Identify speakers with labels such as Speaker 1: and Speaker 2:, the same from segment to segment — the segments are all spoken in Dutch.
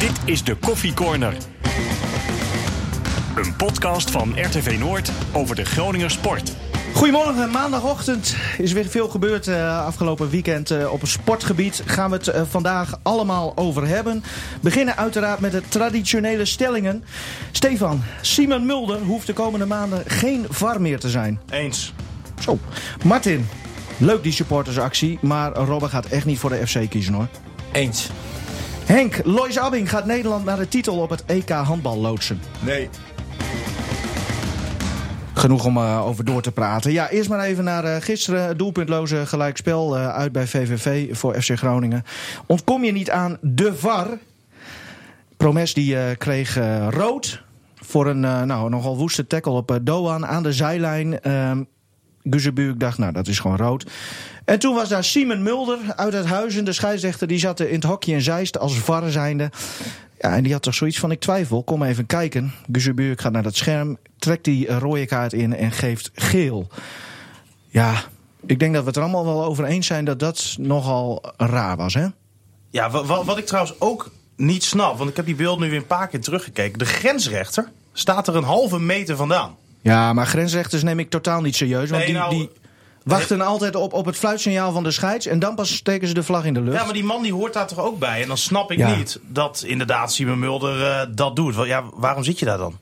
Speaker 1: Dit is de Koffie Corner. Een podcast van RTV Noord over de Groninger sport.
Speaker 2: Goedemorgen, maandagochtend is weer veel gebeurd eh, afgelopen weekend eh, op het sportgebied. Gaan we het eh, vandaag allemaal over hebben. Beginnen uiteraard met de traditionele stellingen. Stefan, Simon Mulder hoeft de komende maanden geen VAR meer te zijn.
Speaker 3: Eens.
Speaker 2: Zo. Martin, leuk die supportersactie, maar Robben gaat echt niet voor de FC kiezen hoor.
Speaker 4: Eens.
Speaker 2: Henk, Lois Abbing gaat Nederland naar de titel op het EK handbal loodsen.
Speaker 3: Nee.
Speaker 2: Genoeg om eh, over door te praten. Ja, eerst maar even naar eh, gisteren. Het Doelpuntloze gelijkspel eh, uit bij VVV voor FC Groningen. Ontkom je niet aan de VAR. Promes die eh, kreeg eh, rood voor een eh, nou, nogal woeste tackle op eh, Doan aan de zijlijn. Ehm Guzebuurk dacht, nou dat is gewoon rood. En toen was daar Simon Mulder uit het Huizen, de scheidsrechter. Die zat eh, in het hokje in Zeist als VAR zijnde. Ja, en die had toch zoiets van, ik twijfel, kom even kijken. Guzebuurk gaat naar dat scherm, trekt die eh, rode kaart in en geeft geel. Ja, ik denk dat we het er allemaal wel over eens zijn dat dat nogal raar was, hè?
Speaker 3: Ja, wa- wa- wat, ik trouwens ook niet snap, want ik heb die beeld nu weer een paar keer teruggekeken. De grensrechter staat er een halve meter vandaan.
Speaker 2: Ja, maar grensrechters neem ik totaal niet serieus. Want
Speaker 3: Nee,
Speaker 2: die,
Speaker 3: nou-
Speaker 2: die wachten altijd op, op het fluitsignaal van de scheids. En dan pas steken ze de vlag in de
Speaker 4: Dus?
Speaker 2: lucht.
Speaker 3: Ja, maar die man die hoort daar toch ook bij. En dan snap ik
Speaker 2: Ja.
Speaker 3: niet dat inderdaad Simon Mulder eh, dat doet. Want Ja, waarom zit je daar dan?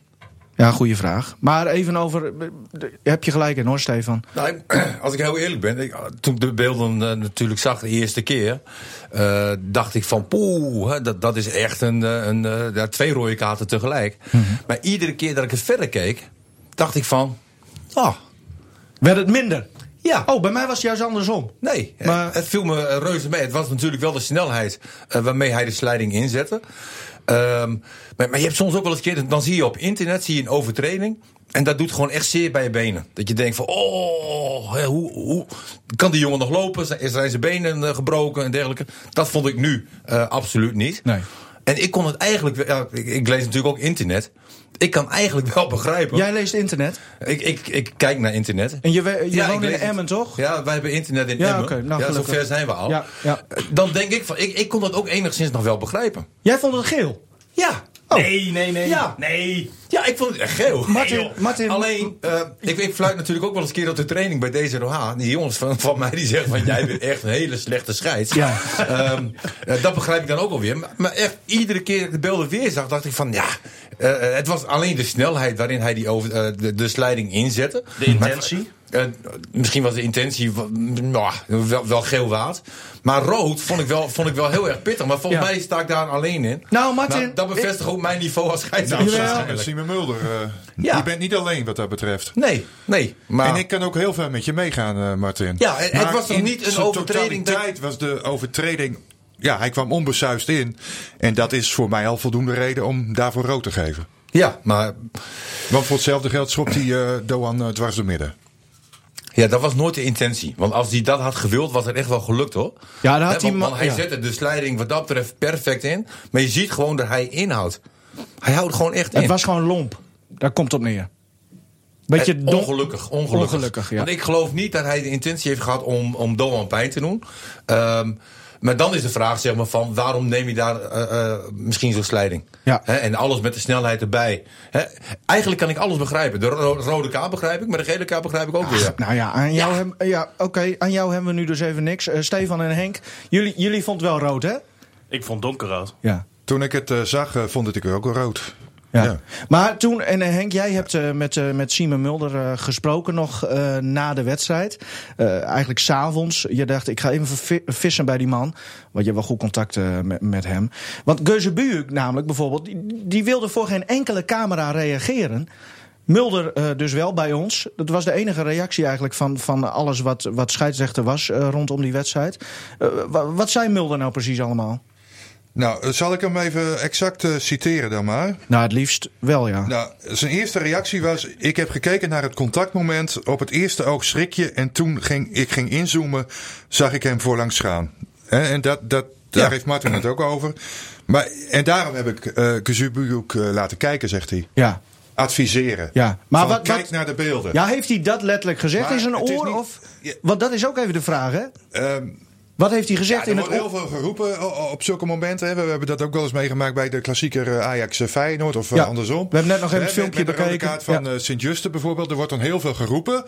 Speaker 2: Ja, goede vraag. Maar even over. eh, Heb je gelijk in hoor, Stefan.
Speaker 4: Nou, ik- als ik heel eerlijk ben, ik- toen ik de beelden eh, natuurlijk zag de eerste keer, eh, dacht ik van poeh, hè, dat, dat is echt een, eh, een eh, ja, twee rode kaarten tegelijk. Maar iedere keer dat ik het verder keek, dacht ik van, oh,
Speaker 2: Werd het minder?
Speaker 4: ja,
Speaker 2: Oh, bij mij was het juist andersom.
Speaker 4: Nee,
Speaker 2: Maar-
Speaker 4: eh, het viel me eh, reuze mee. Het was natuurlijk wel de snelheid eh, waarmee hij de slijding inzette. Ehm, maar, maar je hebt soms ook wel eens keer, dan zie je op internet zie je een overtreding. En dat doet gewoon echt zeer bij je benen. Dat je denkt van, oh, hè, hoe, hoe kan die jongen nog lopen? Zijn- Zijn zijn benen eh, gebroken en dergelijke? Dat vond ik nu eh, absoluut niet.
Speaker 2: Nee.
Speaker 4: En ik kon het eigenlijk, wel- ja, ik, ik lees natuurlijk ook internet. Ik kan eigenlijk wel begrijpen.
Speaker 2: Jij leest internet.
Speaker 4: Ik, ik, ik kijk naar internet.
Speaker 2: En je, we- je
Speaker 4: Ja, ik
Speaker 2: woont in
Speaker 4: weet het.
Speaker 2: Emmen, toch?
Speaker 4: Ja, wij hebben internet in
Speaker 2: Ja,
Speaker 4: Emmen.
Speaker 2: oké, nou,
Speaker 4: ja,
Speaker 2: gelukkig.
Speaker 4: zover zijn we al. Eh,
Speaker 2: Ja, ja.
Speaker 4: Dan denk ik van, ik, ik kon dat ook enigszins nog wel begrijpen.
Speaker 2: Jij vond het geel.
Speaker 4: Ja.
Speaker 2: Oh.
Speaker 3: Nee, nee, nee.
Speaker 4: Ja.
Speaker 3: Nee.
Speaker 4: Ja, ik vond het echt geel.
Speaker 2: Martin,
Speaker 4: Nee, joh.
Speaker 2: Martin-
Speaker 4: Alleen, eh, ik, ik fluit natuurlijk ook wel eens een keer op de training bij deze DZOH. Die jongens van, van mij die zeggen van, jij bent echt een hele slechte scheids.
Speaker 2: Ja.
Speaker 4: Ehm, eh, dat begrijp ik dan ook alweer. Maar, maar echt, iedere keer dat ik de beelden weer zag, dacht ik van, ja... eh, eh, het was alleen de snelheid waarin hij die over, eh, de, de slijding inzette.
Speaker 3: De intentie?
Speaker 4: Maar, eh, misschien was de intentie wa- mm, nou, wel, wel geel waard. Maar rood vond ik wel, vond ik wel heel erg pittig. Maar volgens
Speaker 2: Ja.
Speaker 4: mij sta ik daar alleen in.
Speaker 2: Nou, Martin,
Speaker 4: Maar dat bevestigt ook mijn niveau als scheidsrechter.
Speaker 5: Nou,
Speaker 2: Jawel.
Speaker 5: samen met Simon Mulder. eh,
Speaker 4: Ja.
Speaker 5: Je bent niet alleen wat dat betreft.
Speaker 4: Nee, nee. Maar
Speaker 5: En ik kan ook heel ver met je meegaan, eh, Martin.
Speaker 4: Ja, het- het
Speaker 5: Maar
Speaker 4: was toch
Speaker 5: in
Speaker 4: niet een
Speaker 5: zijn
Speaker 4: overtreding dat-
Speaker 5: totaliteit was de overtreding... Ja, hij kwam onbesuist in. En dat is voor mij al voldoende reden om daarvoor rood te geven.
Speaker 4: Ja, maar
Speaker 5: Want voor hetzelfde geld schopt hij eh, Doan eh, dwars door midden.
Speaker 4: ja, dat was nooit de intentie. Want als hij dat had gewild, was het echt wel gelukt hoor.
Speaker 2: Ja, daar had hij
Speaker 4: Hè, want,
Speaker 2: ma-
Speaker 4: want hij
Speaker 2: ja.
Speaker 4: zette de slijding wat dat betreft perfect in. Maar je ziet gewoon dat hij inhoudt. Hij houdt gewoon echt
Speaker 2: Het
Speaker 4: in.
Speaker 2: was gewoon lomp. Daar komt het op neer. Beetje
Speaker 4: Eh,
Speaker 2: dom-
Speaker 4: ongelukkig, ongelukkig.
Speaker 2: Ongelukkig, ja.
Speaker 4: Want ik geloof niet dat hij de intentie heeft gehad om, om Doan pijn te doen. Ehm, maar dan is de vraag zeg maar, van waarom neem je daar eh, eh, misschien zo'n slijding?
Speaker 2: Ja.
Speaker 4: Hè, en alles met de snelheid erbij. Hè, eigenlijk kan ik alles begrijpen. De ro- rode kaart begrijp ik, maar de gele kaart begrijp ik ook weer.
Speaker 2: Nou ja, aan jou, hem- ja, oké, aan jou hebben we nu dus even niks. Eh, Stefan en Henk, jullie, jullie vonden wel rood, hè?
Speaker 3: Ik vond donkerrood.
Speaker 2: Ja.
Speaker 5: Toen ik het eh, zag, eh, vond het ik ook wel rood.
Speaker 2: Ja.
Speaker 5: Ja.
Speaker 2: Maar toen, en eh, Henk, jij hebt eh, met, eh, met Simon Mulder eh, gesproken nog eh, na de wedstrijd. Eh, eigenlijk s'avonds. Je dacht, ik ga even vi- vissen bij die man. Want je hebt wel goed contact eh, met, met hem. Want Geuze Buuk namelijk bijvoorbeeld, die, die wilde voor geen enkele camera reageren. Mulder eh, dus wel bij ons. Dat was de enige reactie eigenlijk van, van alles wat, wat scheidsrechter was eh, rondom die wedstrijd. Eh, wa- wat zei Mulder nou precies allemaal?
Speaker 5: Nou, eh, zal ik hem even exact eh, citeren dan maar?
Speaker 2: Nou, het liefst wel, ja.
Speaker 5: Nou, zijn eerste reactie was: Ik heb gekeken naar het contactmoment. Op het eerste oog schrik je. En toen ging ik ging inzoomen, zag ik hem voorlangs gaan. Hè, En dat, dat, daar
Speaker 4: Ja.
Speaker 5: heeft Martin het ook over. Maar, en daarom heb ik eh Kazubuyuk eh, laten kijken, zegt hij.
Speaker 2: Ja.
Speaker 5: Adviseren.
Speaker 2: Ja, maar
Speaker 5: Van,
Speaker 2: wat-
Speaker 5: kijk
Speaker 2: wat-
Speaker 5: naar de beelden.
Speaker 2: Ja, heeft hij dat letterlijk gezegd
Speaker 5: Maar
Speaker 2: in zijn
Speaker 5: het is
Speaker 2: oor?
Speaker 5: niet-
Speaker 2: Of,
Speaker 5: Ja.
Speaker 2: want dat is ook even de vraag, hè?
Speaker 5: Ehm,
Speaker 2: Wat heeft hij gezegd
Speaker 5: Ja, er
Speaker 2: in
Speaker 5: wordt
Speaker 2: het
Speaker 5: heel veel geroepen eh, o- o- op zulke momenten. hè. We we hebben dat ook wel eens meegemaakt bij de klassieker eh, Ajax eh, Feyenoord of eh,
Speaker 2: Ja,
Speaker 5: andersom.
Speaker 2: we hebben net nog even
Speaker 5: Hè,
Speaker 2: het filmpje
Speaker 5: met, met de rode
Speaker 2: bekeken.
Speaker 5: kaart van
Speaker 2: Ja.
Speaker 5: eh, Sint-Justen bijvoorbeeld. Er wordt dan heel veel geroepen.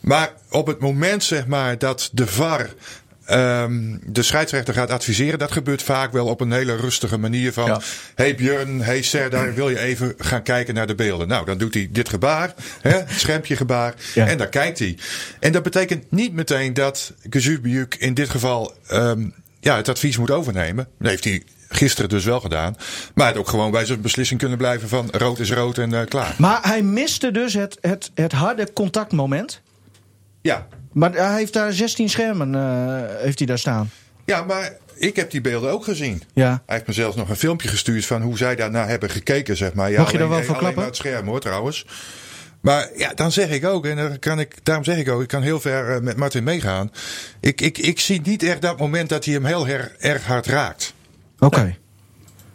Speaker 5: Maar op het moment zeg maar dat de VAR ehm, de scheidsrechter gaat adviseren, dat gebeurt vaak wel op een hele rustige manier van...
Speaker 4: Ja.
Speaker 5: hey Björn, hey Serdar, wil je even gaan kijken naar de beelden? Nou, dan doet hij dit gebaar, hè, het schermpje gebaar,
Speaker 2: Ja.
Speaker 5: en daar kijkt hij. En dat betekent niet meteen dat Gezubiuk in dit geval ehm, ja, het advies moet overnemen. Dat heeft hij gisteren dus wel gedaan. Maar het ook gewoon bij zijn beslissing kunnen blijven van rood is rood en eh, klaar.
Speaker 2: Maar hij miste dus het, het, het harde contactmoment.
Speaker 5: Ja.
Speaker 2: Maar hij heeft daar 16 schermen eh, heeft hij daar staan.
Speaker 5: ja, maar ik heb die beelden ook gezien.
Speaker 2: Ja.
Speaker 5: Hij heeft me zelfs nog een filmpje gestuurd van hoe zij daarna hebben gekeken, zeg maar. Ja,
Speaker 2: Mag je daar wel
Speaker 5: alleen-
Speaker 2: voor
Speaker 5: alleen
Speaker 2: klappen?
Speaker 5: maar het scherm hoor, trouwens. Maar ja, dan zeg ik ook, en dan kan ik, daarom zeg ik ook, ik kan heel ver eh, met Martin meegaan. Ik, ik, ik zie niet echt dat moment dat hij hem heel her- erg hard raakt.
Speaker 2: Oké. Nou,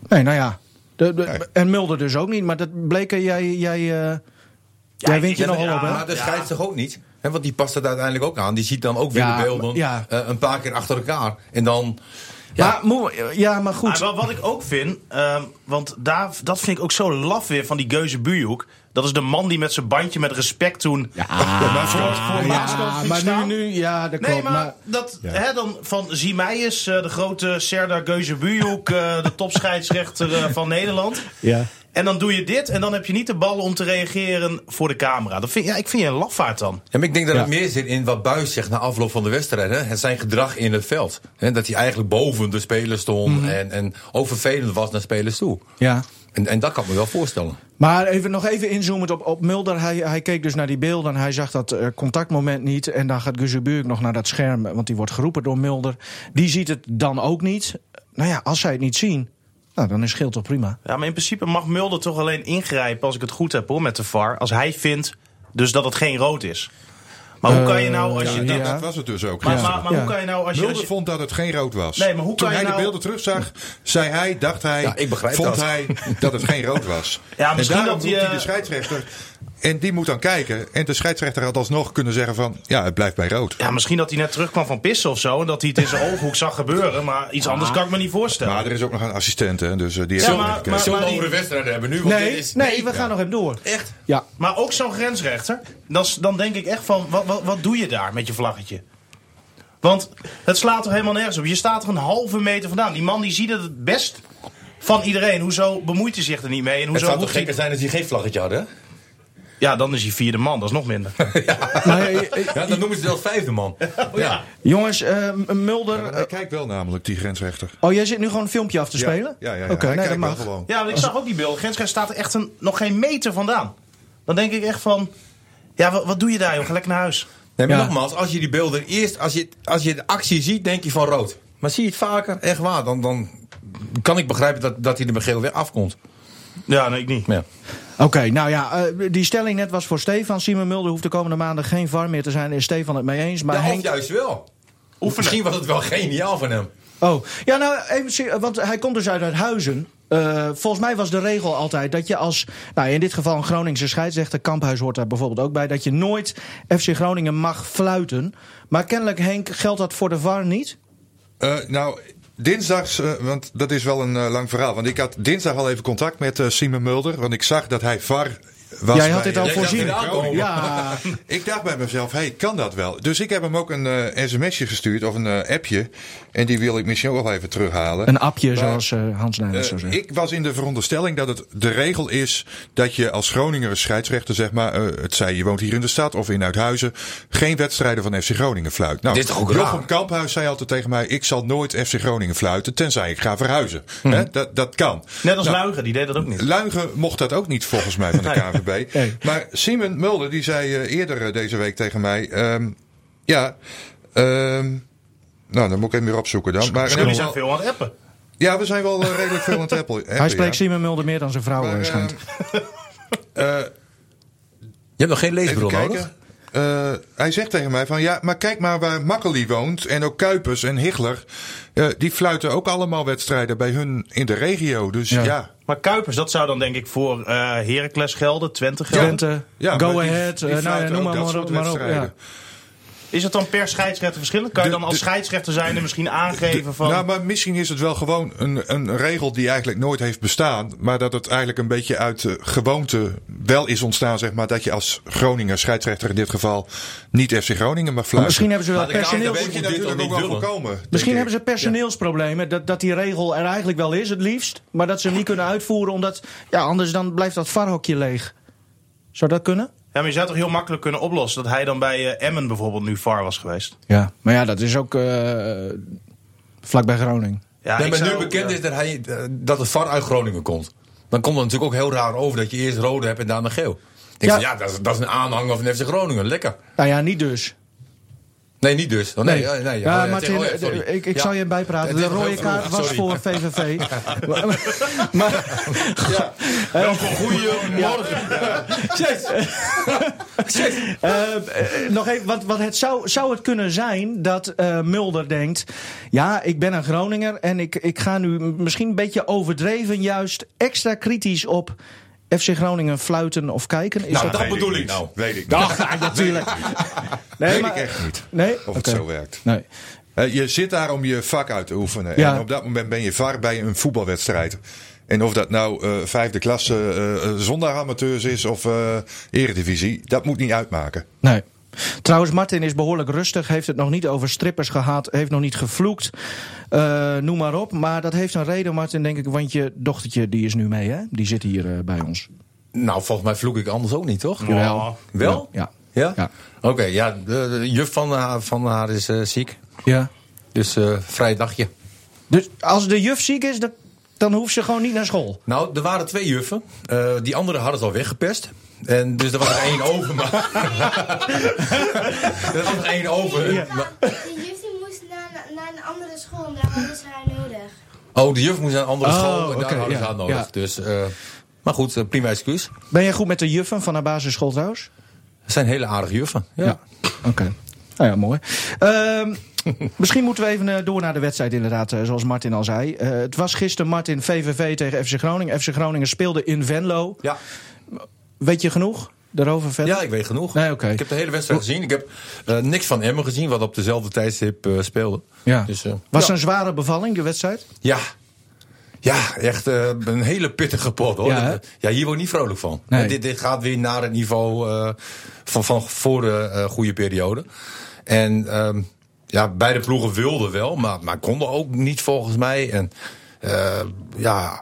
Speaker 2: Nee, nou ja. De, de-
Speaker 5: Nee.
Speaker 2: En Mulder dus ook niet. Maar dat bleek eh, jij. jij eh, Jij wint je
Speaker 4: Ja,
Speaker 2: nogal
Speaker 4: maar-
Speaker 2: op, hè?
Speaker 4: Maar de scheidsrechter ook niet. Hè, want die past het uiteindelijk ook aan. Die ziet dan ook weer
Speaker 2: Ja,
Speaker 4: de beelden
Speaker 2: ja.
Speaker 4: eh, een paar keer achter elkaar. En dan...
Speaker 2: Maar, moe- ja, maar goed.
Speaker 3: Maar wel wat ik ook vind, ehm, want daar, dat vind ik ook zo laf weer van die Geuze Buurhoek. Dat is de man die met zijn bandje met respect toen.
Speaker 2: Ah.
Speaker 5: maar voor-
Speaker 3: voor Maaskant
Speaker 2: ja,
Speaker 3: ging
Speaker 2: maar nu,
Speaker 3: staan.
Speaker 2: nu, ja, dat
Speaker 3: Nee,
Speaker 2: klopt.
Speaker 3: maar,
Speaker 2: Maar,
Speaker 3: dat hè, dan van Zie mij eens, eh, de grote Serdar Geuze Buurhoek, eh, de topscheidsrechter eh, van Nederland.
Speaker 2: ja.
Speaker 3: En dan doe je dit en dan heb je niet de bal om te reageren voor de camera. Dat vind, ja, ik vind je een lafaard dan.
Speaker 4: Ja, maar ik denk dat het
Speaker 2: Ja.
Speaker 4: meer zit in wat Buis zegt na afloop van de wedstrijd. Hè? Het Zijn gedrag in het veld. Hè? Dat hij eigenlijk boven de spelers stond.
Speaker 2: Mhm.
Speaker 4: en, en ook vervelend was naar spelers toe.
Speaker 2: ja.
Speaker 4: En, en dat kan ik me wel voorstellen.
Speaker 2: Maar even, nog even inzoomend op, op Mulder. Hij, hij keek dus naar die beelden en hij zag dat eh, contactmoment niet. En dan gaat Guzebuurk nog naar dat scherm, want die wordt geroepen door Mulder. Die ziet het dan ook niet. Nou ja, als zij het niet zien, nou, dan is Schild toch prima.
Speaker 3: Ja, maar in principe mag Mulder toch alleen ingrijpen, als ik het goed heb hoor, met de VAR. Als hij vindt dus dat het geen rood is. Maar hoe kan je nou als je...
Speaker 5: Nou,
Speaker 3: dat-
Speaker 5: Dat was het dus ook.
Speaker 3: Maar,
Speaker 5: gisteren.
Speaker 3: maar, maar
Speaker 2: Eh, Ja.
Speaker 3: hoe kan je nou als je... als
Speaker 5: Mulder
Speaker 3: je-
Speaker 5: vond dat het geen rood was.
Speaker 3: Nee, maar hoe kan
Speaker 5: Toen
Speaker 3: je
Speaker 5: hij de
Speaker 3: nou-
Speaker 5: beelden terugzag, zei hij, dacht hij,
Speaker 4: Ja, ik begrijp
Speaker 5: vond
Speaker 4: dat.
Speaker 5: hij dat het geen rood was.
Speaker 3: Ja, misschien
Speaker 5: en daarom
Speaker 3: dat hij,
Speaker 5: roept hij de
Speaker 3: eh,
Speaker 5: scheidsrechter. En die moet dan kijken. En de scheidsrechter had alsnog kunnen zeggen van, ja, het blijft bij rood.
Speaker 3: Ja, misschien dat hij net terugkwam van pissen of zo. En dat hij het in zijn ooghoek zag gebeuren. Maar iets anders kan ik me niet voorstellen.
Speaker 5: Maar er is ook nog een assistent, hè, dus eh, die heeft
Speaker 3: Ja,
Speaker 5: ook
Speaker 3: maar-
Speaker 5: nog gekeken.
Speaker 3: maar-
Speaker 4: Zullen we
Speaker 3: die-
Speaker 4: over de wedstrijd hebben nu? Want dit
Speaker 2: Nee,
Speaker 4: is,
Speaker 2: nee, we gaan nog even door.
Speaker 4: Echt?
Speaker 2: Ja,
Speaker 3: Maar ook zo'n grensrechter, dan, s- dan denk ik echt van, wat, wat, wat doe je daar met je vlaggetje? Want het slaat toch helemaal nergens op. Je staat er een halve meter vandaan. Die man die ziet het het best van iedereen. Hoezo bemoeit hij zich er niet mee? En
Speaker 4: Het
Speaker 3: hoezo
Speaker 4: zou
Speaker 3: hoeft
Speaker 4: toch
Speaker 3: hij...
Speaker 4: gekker zijn als hij geen vlaggetje had, hè?
Speaker 3: Ja, dan is hij vierde man. Dat is nog minder.
Speaker 2: Maar, eh, eh,
Speaker 4: Ja, dan noemen ze dat vijfde man. Oh ja.
Speaker 2: jongens, eh, Mulder.
Speaker 5: Hij kijkt wel namelijk, die grensrechter.
Speaker 2: oh, jij zit nu gewoon een filmpje af te spelen?
Speaker 5: Ja, ja, ja.
Speaker 2: Oké,
Speaker 5: hij
Speaker 2: nee, dat
Speaker 5: kijkt wel
Speaker 2: mag.
Speaker 5: gewoon.
Speaker 3: Ja, want ik zag ook die beelden. De grensrechter staat er echt een, nog geen meter vandaan. Dan denk ik echt van, ja, wat, wat doe je daar joh? Ga lekker naar huis.
Speaker 4: Nee, maar
Speaker 2: Ja.
Speaker 4: nogmaals, als je die beelden eerst, als je, als je de actie ziet, denk je van rood. Maar zie je het vaker, echt waar, dan, dan kan ik begrijpen dat, dat hij er bij geel weer afkomt.
Speaker 3: Ja, nee, ik niet.
Speaker 4: Ja.
Speaker 2: Oké, nou ja, eh, die stelling net was voor Stefan. Simon Mulder hoeft de komende maanden geen VAR meer te zijn. Is Stefan het mee eens? Maar
Speaker 4: Ja, of
Speaker 2: Henk...
Speaker 4: juist wel. Misschien was het wel geniaal van hem.
Speaker 2: Oh, ja, nou, even, se- want hij komt dus uit Uithuizen. Eh, volgens mij was de regel altijd dat je als, nou in dit geval een Groningse scheidsrechter, Kamphuis hoort daar bijvoorbeeld ook bij, dat je nooit FC Groningen mag fluiten. Maar kennelijk, Henk, geldt dat voor de VAR niet?
Speaker 5: Eh, nou, dinsdags, eh, want dat is wel een eh, lang verhaal. Want ik had dinsdag al even contact met eh, Simon Mulder. Want ik zag dat hij VAR was.
Speaker 2: Jij had
Speaker 5: bij,
Speaker 2: dit al
Speaker 5: eh,
Speaker 4: Jij zag
Speaker 2: voorzien.
Speaker 4: het aankomen.
Speaker 2: Ja,
Speaker 5: Ik dacht bij mezelf, hey, kan dat wel? Dus ik heb hem ook een eh, sms'je gestuurd of een eh, appje. En die wil ik misschien ook wel even terughalen.
Speaker 2: een apje, zoals eh, Hans Nijland zou
Speaker 5: Eh,
Speaker 2: zeggen.
Speaker 5: ik was in de veronderstelling dat het de regel is dat je als Groninger scheidsrechter, zeg maar, eh, het zij je woont hier in de stad of in Uithuizen, geen wedstrijden van FC Groningen fluit. Nou,
Speaker 4: Dit is toch ook
Speaker 5: Jochem
Speaker 4: raar?
Speaker 5: Kamphuis zei altijd tegen mij, ik zal nooit FC Groningen fluiten, tenzij ik ga verhuizen.
Speaker 4: Mhm.
Speaker 5: Hè, dat, dat kan.
Speaker 3: Net als
Speaker 5: Nou,
Speaker 3: Luigen, die deed dat ook niet.
Speaker 5: Luigen mocht dat ook niet volgens mij van de KVB.
Speaker 2: Nee.
Speaker 5: Maar Simon Mulder die zei eh, eerder eh, deze week tegen mij, ehm, ja, ehm, nou dan moet ik hem weer opzoeken dan. Maar in
Speaker 3: Jullie
Speaker 5: ieder
Speaker 3: zijn
Speaker 5: geval-
Speaker 3: veel aan het appen.
Speaker 5: ja, we zijn wel eh, redelijk veel aan het appel.
Speaker 2: Hij spreekt Simon Mulder meer dan zijn vrouw, eh, schijnt.
Speaker 5: ehm, Eh,
Speaker 4: Je hebt nog geen
Speaker 5: even
Speaker 4: leesbril
Speaker 5: kijken.
Speaker 4: nodig.
Speaker 5: Eh, hij zegt tegen mij van ja, maar kijk maar waar Makkely woont en ook Kuipers en Hichler. eh, die fluiten ook allemaal wedstrijden bij hun in de regio. Dus ja, ja,
Speaker 3: Maar Kuipers, dat zou dan denk ik voor eh Heracles gelden, Twente gelden.
Speaker 2: Twente,
Speaker 5: Ja,
Speaker 2: Go
Speaker 5: maar die-
Speaker 2: Ahead,
Speaker 5: die
Speaker 2: eh, nou ja,
Speaker 5: fluiten
Speaker 2: noem
Speaker 5: ook
Speaker 2: maar,
Speaker 5: dat
Speaker 2: maar,
Speaker 5: soort
Speaker 2: op, maar op. Ja.
Speaker 5: wedstrijden.
Speaker 3: Is het dan per scheidsrechter verschillend? Kan je
Speaker 5: De-
Speaker 3: dan als
Speaker 5: de-
Speaker 3: scheidsrechter zijnde misschien aangeven van...
Speaker 5: Nou, maar misschien is het wel gewoon een, een regel die eigenlijk nooit heeft bestaan. Maar dat het eigenlijk een beetje uit eh, gewoonte wel is ontstaan, zeg maar. Dat je als Groninger scheidsrechter in dit geval niet FC Groningen mag fluiten.
Speaker 2: Misschien hebben ze wel
Speaker 4: Maar de
Speaker 2: personeel.
Speaker 4: KNVB
Speaker 5: moet je
Speaker 4: moet dit
Speaker 5: natuurlijk
Speaker 4: ook
Speaker 5: ook
Speaker 4: niet
Speaker 5: wel
Speaker 4: dullen.
Speaker 5: voorkomen.
Speaker 2: Misschien hebben ze personeelsproblemen, dat, dat die regel er eigenlijk wel is, het liefst. Maar dat ze hem niet kunnen uitvoeren, omdat ja, anders dan blijft dat varhokje leeg. Zou dat kunnen?
Speaker 3: Ja, maar je zou toch heel makkelijk kunnen oplossen dat hij dan bij eh, Emmen bijvoorbeeld nu VAR was geweest.
Speaker 2: Ja, maar ja, dat is ook eh, vlakbij Groningen.
Speaker 3: Ja,
Speaker 4: nee,
Speaker 3: ik
Speaker 4: maar
Speaker 3: zou-
Speaker 4: nu bekend
Speaker 3: ja.
Speaker 4: is dat, hij, eh, dat het VAR uit Groningen komt. Dan komt het natuurlijk ook heel raar over dat je eerst rode hebt en daarna geel. Ik denk
Speaker 2: Ja.
Speaker 4: ja. van ja, dat is, dat is een aanhanger van FC Groningen. Lekker.
Speaker 2: Nou ja, niet dus.
Speaker 4: Nee, niet dus. Oh, nee,
Speaker 2: Nee.
Speaker 4: nee, nee.
Speaker 2: ja,
Speaker 4: Oh,
Speaker 2: Martin,
Speaker 4: oh, ja, sorry.
Speaker 2: de- ik, ik
Speaker 4: Ja.
Speaker 2: zal je bijpraten.
Speaker 4: Het is
Speaker 2: De
Speaker 4: nog
Speaker 2: rode
Speaker 4: heel vroeg,
Speaker 2: kaart was
Speaker 4: sorry.
Speaker 2: voor VVV. maar, maar-
Speaker 4: Welkom, goeiemorgen.
Speaker 2: Eh, eh, nog even, want, want het zou, zou het kunnen zijn dat eh, Mulder denkt: ja, ik ben een Groninger en ik, ik ga nu m- misschien een beetje overdreven, juist extra kritisch op FC Groningen fluiten of kijken. Is
Speaker 4: Nou,
Speaker 2: dat
Speaker 4: dat
Speaker 5: weet
Speaker 4: bedoel
Speaker 5: ik
Speaker 4: ik
Speaker 5: niet.
Speaker 4: nou.
Speaker 5: Weet ik
Speaker 2: Dag, ja, natuurlijk. Nee,
Speaker 5: Weet
Speaker 2: maar,
Speaker 5: ik echt niet
Speaker 2: nee?
Speaker 5: of
Speaker 2: Oké.
Speaker 5: het zo werkt.
Speaker 2: Nee.
Speaker 5: Eh, Je zit daar om je vak uit te oefenen.
Speaker 2: Ja.
Speaker 5: En op dat moment ben je VAR bij een voetbalwedstrijd. En of dat nou eh, vijfde klasse eh, eh, zonder amateurs is of eh, eredivisie, dat moet niet uitmaken.
Speaker 2: Nee. Trouwens, Martin is behoorlijk rustig. Heeft het nog niet over strippers gehad. Heeft nog niet gevloekt. eh, noem maar op. Maar dat heeft een reden, Martin, denk ik. Want je dochtertje die is nu mee, hè? Die zit hier eh, bij ons.
Speaker 4: Nou, volgens mij vloek ik anders ook niet, toch?
Speaker 3: Jawel.
Speaker 4: Wel?
Speaker 2: Ja.
Speaker 4: Ja?
Speaker 2: Ja.
Speaker 4: Oké, ja, de, de juf van haar, van haar is eh, ziek.
Speaker 2: Ja.
Speaker 4: Dus eh vrij dagje.
Speaker 2: Dus als de juf ziek is, dan, dan hoeft ze gewoon niet naar school.
Speaker 4: Nou, er waren twee juffen. Eh, die andere hadden het al weggepest. En dus er was er één over. Maar... er was er één over. Maar-
Speaker 6: Die juf die moest naar, naar- naar een andere school en daar hadden ze haar nodig.
Speaker 4: Oh, de juf moest naar een andere
Speaker 2: Oh,
Speaker 4: school. En daar
Speaker 2: oké,
Speaker 4: hadden ze
Speaker 2: ja,
Speaker 4: haar nodig.
Speaker 2: ja.
Speaker 4: Dus, eh, maar goed, eh, prima excuus.
Speaker 2: Ben jij goed met de juffen van haar basisschool trouwens?
Speaker 4: Het zijn hele aardige juffen. Ja.
Speaker 2: Oké. Nou ja, mooi. Ehm, misschien moeten we even eh, door naar de wedstrijd inderdaad, eh, zoals Martin al zei. Eh, het was gisteren Martin VVV tegen FC Groningen. FC Groningen speelde in Venlo.
Speaker 4: Ja.
Speaker 2: Weet je genoeg daarover verder?
Speaker 4: Ja, ik weet genoeg.
Speaker 2: Nee, oké.
Speaker 4: Ik heb de hele wedstrijd gezien. Ik heb eh, niks van Emmen gezien, wat op dezelfde tijdstip eh, speelde.
Speaker 2: Ja.
Speaker 4: Dus, eh,
Speaker 2: was
Speaker 4: ja.
Speaker 2: een zware bevalling, de wedstrijd?
Speaker 4: Ja. Ja, echt eh, een hele pittige pot hoor.
Speaker 2: Ja, hè?
Speaker 4: Ja, hier word je niet vrolijk van.
Speaker 2: Nee.
Speaker 4: Eh, Dit, dit gaat weer naar het niveau eh, van, van voor de eh, goede periode. En ehm, ja, beide ploegen wilden wel, maar, maar konden ook niet volgens mij. En eh, ja,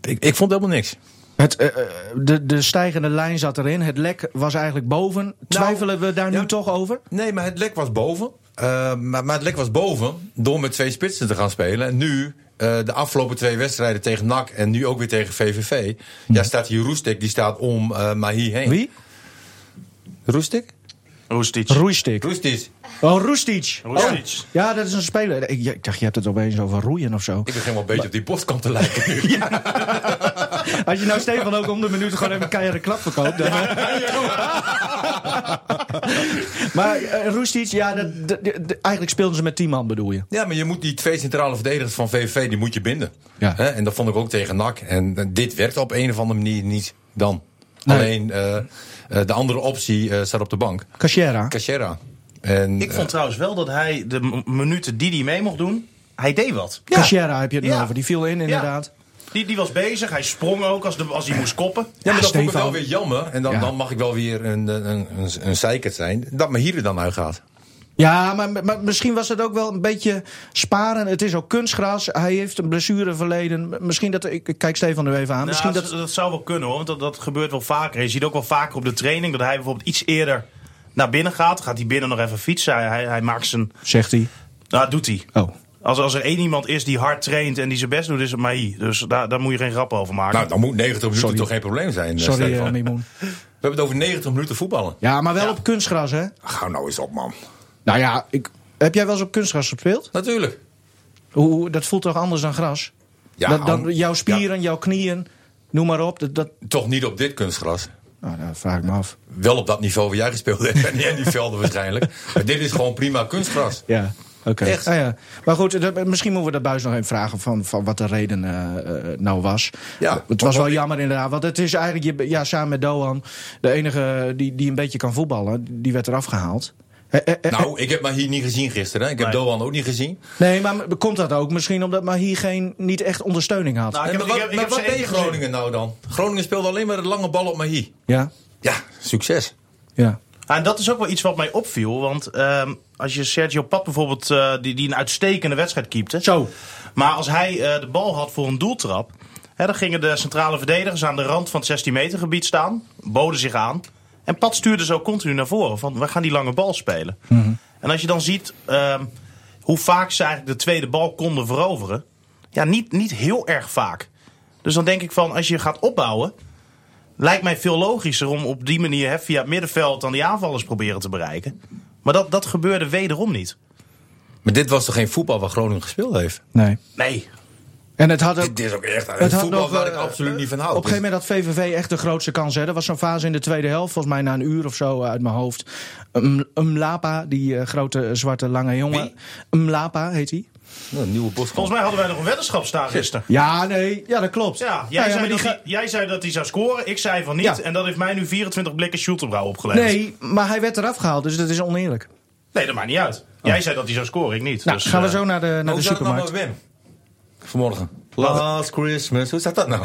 Speaker 4: ik, ik vond helemaal niks.
Speaker 2: Het, eh, eh, de, de stijgende lijn zat erin. Het lek was eigenlijk boven. Twijfelen we daar
Speaker 4: ja.
Speaker 2: nu toch over?
Speaker 4: Nee, maar het lek was boven. Eh, maar, maar het lek was boven door met twee spitsen te gaan spelen. En nu, eh, de afgelopen twee wedstrijden tegen NAC en nu ook weer tegen VVV. Ja, staat hier Roestik, die staat om eh Mahi heen.
Speaker 2: Wie?
Speaker 4: Roestik?
Speaker 3: Hoe is het iets?
Speaker 2: Roestic.
Speaker 4: Roestik.
Speaker 2: Oh, Roestic.
Speaker 3: Hoe is het
Speaker 2: Oh.
Speaker 3: iets?
Speaker 2: Ja, dat is een speler. Ik, ja, ik dacht, je hebt het opeens over roeien of zo.
Speaker 4: Ik begin wel een beetje op die postkant te lijken nu.
Speaker 2: Als je nou Stefan ook om de minuut gewoon even een keiharde klap verkoopt. Dan, eh. maar eh, Roestic, ja, dat, dat- dat- eigenlijk speelden ze met 10 man, bedoel je?
Speaker 4: Ja, maar je moet die twee centrale verdedigers van VVV, die moet je binden.
Speaker 2: Ja.
Speaker 4: Hè, en dat vond ik ook tegen NAC. En eh, dit werkt op een of andere manier niet dan.
Speaker 2: Nee.
Speaker 4: Alleen eh, eh, de andere optie eh, staat op de bank.
Speaker 2: Cachera.
Speaker 4: Cachera. En,
Speaker 3: Ik vond trouwens wel dat hij de m- minuten die hij mee mocht doen, hij deed wat.
Speaker 2: Cachera heb je het
Speaker 3: Ja.
Speaker 2: nou over. Die viel in, inderdaad.
Speaker 3: Die, die was bezig, hij sprong ook als, de, als hij moest koppen. Nou,
Speaker 4: Ja, maar
Speaker 2: Ja,
Speaker 4: dat vond ik
Speaker 2: Stefan.
Speaker 4: wel weer jammer. En dan,
Speaker 2: Ja.
Speaker 4: dan mag ik wel weer een, een, een, een zeikert zijn. Dat me hier er dan uit gaat.
Speaker 2: Ja, maar, maar misschien was het ook wel een beetje sparen. Het is ook kunstgras. Hij heeft een blessure verleden. Misschien dat... Ik ik kijk Stefan nu even aan.
Speaker 3: Nou,
Speaker 2: misschien dat...
Speaker 3: dat, dat zou wel kunnen hoor, want dat, dat gebeurt wel vaker. Je ziet ook wel vaker op de training dat hij bijvoorbeeld iets eerder naar binnen gaat. Gaat hij binnen nog even fietsen? Hij, hij, hij maakt zijn.
Speaker 2: Zegt hij.
Speaker 3: Nou, dat doet hij.
Speaker 2: Oh.
Speaker 3: Als, als er één iemand is die hard traint en die zijn best doet, is het Mahi. Dus daar, daar moet je geen grap over maken.
Speaker 4: Nou, dan moet 90 minuten
Speaker 2: Sorry.
Speaker 4: toch geen probleem zijn, eh,
Speaker 2: Sorry,
Speaker 4: Stefan.
Speaker 2: eh,
Speaker 4: We
Speaker 2: Mimoen.
Speaker 4: hebben het over 90 minuten voetballen.
Speaker 2: Ja, maar wel op kunstgras, hè?
Speaker 4: Gauw nou eens op, man.
Speaker 2: Nou ja, ik... heb jij wel eens op kunstgras gespeeld?
Speaker 4: Natuurlijk.
Speaker 2: Hoe, hoe- dat voelt toch anders dan gras? dat, dan,
Speaker 4: aan-
Speaker 2: jouw spieren, jouw knieën, noem maar op. Dat, dat,
Speaker 4: ja, toch niet op dit kunstgras.
Speaker 2: nou, dat vraag ik me af.
Speaker 4: Wel op dat niveau waar jij gespeeld hebt. En die- en die velden waarschijnlijk. Maar dit is gewoon prima kunstgras.
Speaker 2: Ja, oké.
Speaker 4: Echt?
Speaker 2: Ah, ja. Maar goed, dat- misschien moeten we de buis nog even vragen van, van wat de reden eh, eh, nou was.
Speaker 4: Ja,
Speaker 2: het was
Speaker 4: want-
Speaker 2: wel jammer inderdaad. Want het is eigenlijk, je- ja, samen met Doan, de enige die, die een beetje kan voetballen. Die werd eraf gehaald. Eh, eh, eh,
Speaker 4: Nou, ik heb maar hier niet gezien gisteren. Hè. Ik heb
Speaker 3: Nee.
Speaker 4: Doan ook niet gezien.
Speaker 2: nee, maar m- komt dat ook misschien omdat maar hier geen, niet echt ondersteuning had?
Speaker 3: Nou,
Speaker 4: En
Speaker 3: ik heb-
Speaker 4: maar
Speaker 3: ik
Speaker 4: wat,
Speaker 3: heb- ik
Speaker 4: maar wat
Speaker 3: heb ze één
Speaker 4: deed
Speaker 3: keer gezien.
Speaker 4: Groningen nou dan? Groningen speelde alleen maar de lange bal op Mahi.
Speaker 2: Ja,
Speaker 4: Ja, succes.
Speaker 2: ja.
Speaker 3: Ah, en dat is ook wel iets wat mij opviel. Want ehm, als je Sergio Pat bijvoorbeeld, eh, die, die een uitstekende wedstrijd keepte.
Speaker 2: Zo.
Speaker 3: Maar als hij eh, de bal had voor een doeltrap. Hè, dan gingen de centrale verdedigers aan de rand van het 16 meter gebied staan. Boden zich aan. En Pat stuurde zo continu naar voren. Van we gaan die lange bal spelen. En als je dan ziet ehm, hoe vaak ze eigenlijk de tweede bal konden veroveren. Ja, niet, niet heel erg vaak. Dus dan denk ik van als je gaat opbouwen. Lijkt mij veel logischer om op die manier hè, via het middenveld dan die aanvallers proberen te bereiken. Maar dat, dat gebeurde wederom niet.
Speaker 4: Maar dit was toch geen voetbal waar Groningen gespeeld heeft?
Speaker 2: Nee.
Speaker 3: Nee,
Speaker 2: En het had ook,
Speaker 4: Dit is ook echt
Speaker 2: het
Speaker 4: een
Speaker 2: had
Speaker 4: voetbal
Speaker 2: nog,
Speaker 4: waar
Speaker 2: eh,
Speaker 4: ik absoluut niet van
Speaker 2: Op
Speaker 4: hou.
Speaker 2: een gegeven moment had VVV echt de grootste kans. Hè. Er was zo'n fase in de tweede helft, volgens mij na een uur of zo eh, uit mijn hoofd. Um, Mlapa, die eh, grote zwarte lange jongen. Mlapa heet hij.
Speaker 4: Dus- Nou, een nieuwe bos.
Speaker 3: volgens mij hadden wij nog een weddenschap staan gisteren.
Speaker 2: Ja, nee, ja, dat klopt.
Speaker 3: Ja, jij,
Speaker 2: Nou
Speaker 3: zei
Speaker 2: maar
Speaker 3: dat
Speaker 2: die
Speaker 3: hij, jij zei dat hij zou scoren, ik zei van niet.
Speaker 2: Ja.
Speaker 3: En dat heeft mij nu 24 blikken Schultenbrouw
Speaker 2: ga-
Speaker 3: opgeleverd.
Speaker 2: Nee, maar hij werd eraf gehaald, dus dat is oneerlijk.
Speaker 3: nee, dat maakt niet uit. Jij zei dat hij zou scoren, ik niet.
Speaker 2: Oh. Nou,
Speaker 3: Dus,
Speaker 2: gaan we
Speaker 3: eh,
Speaker 2: zo naar de, naar de
Speaker 4: Hoe zat het nou met
Speaker 2: supermarkt.
Speaker 4: Wim? Vanmorgen. Last Christmas. Hoe zat dat nou?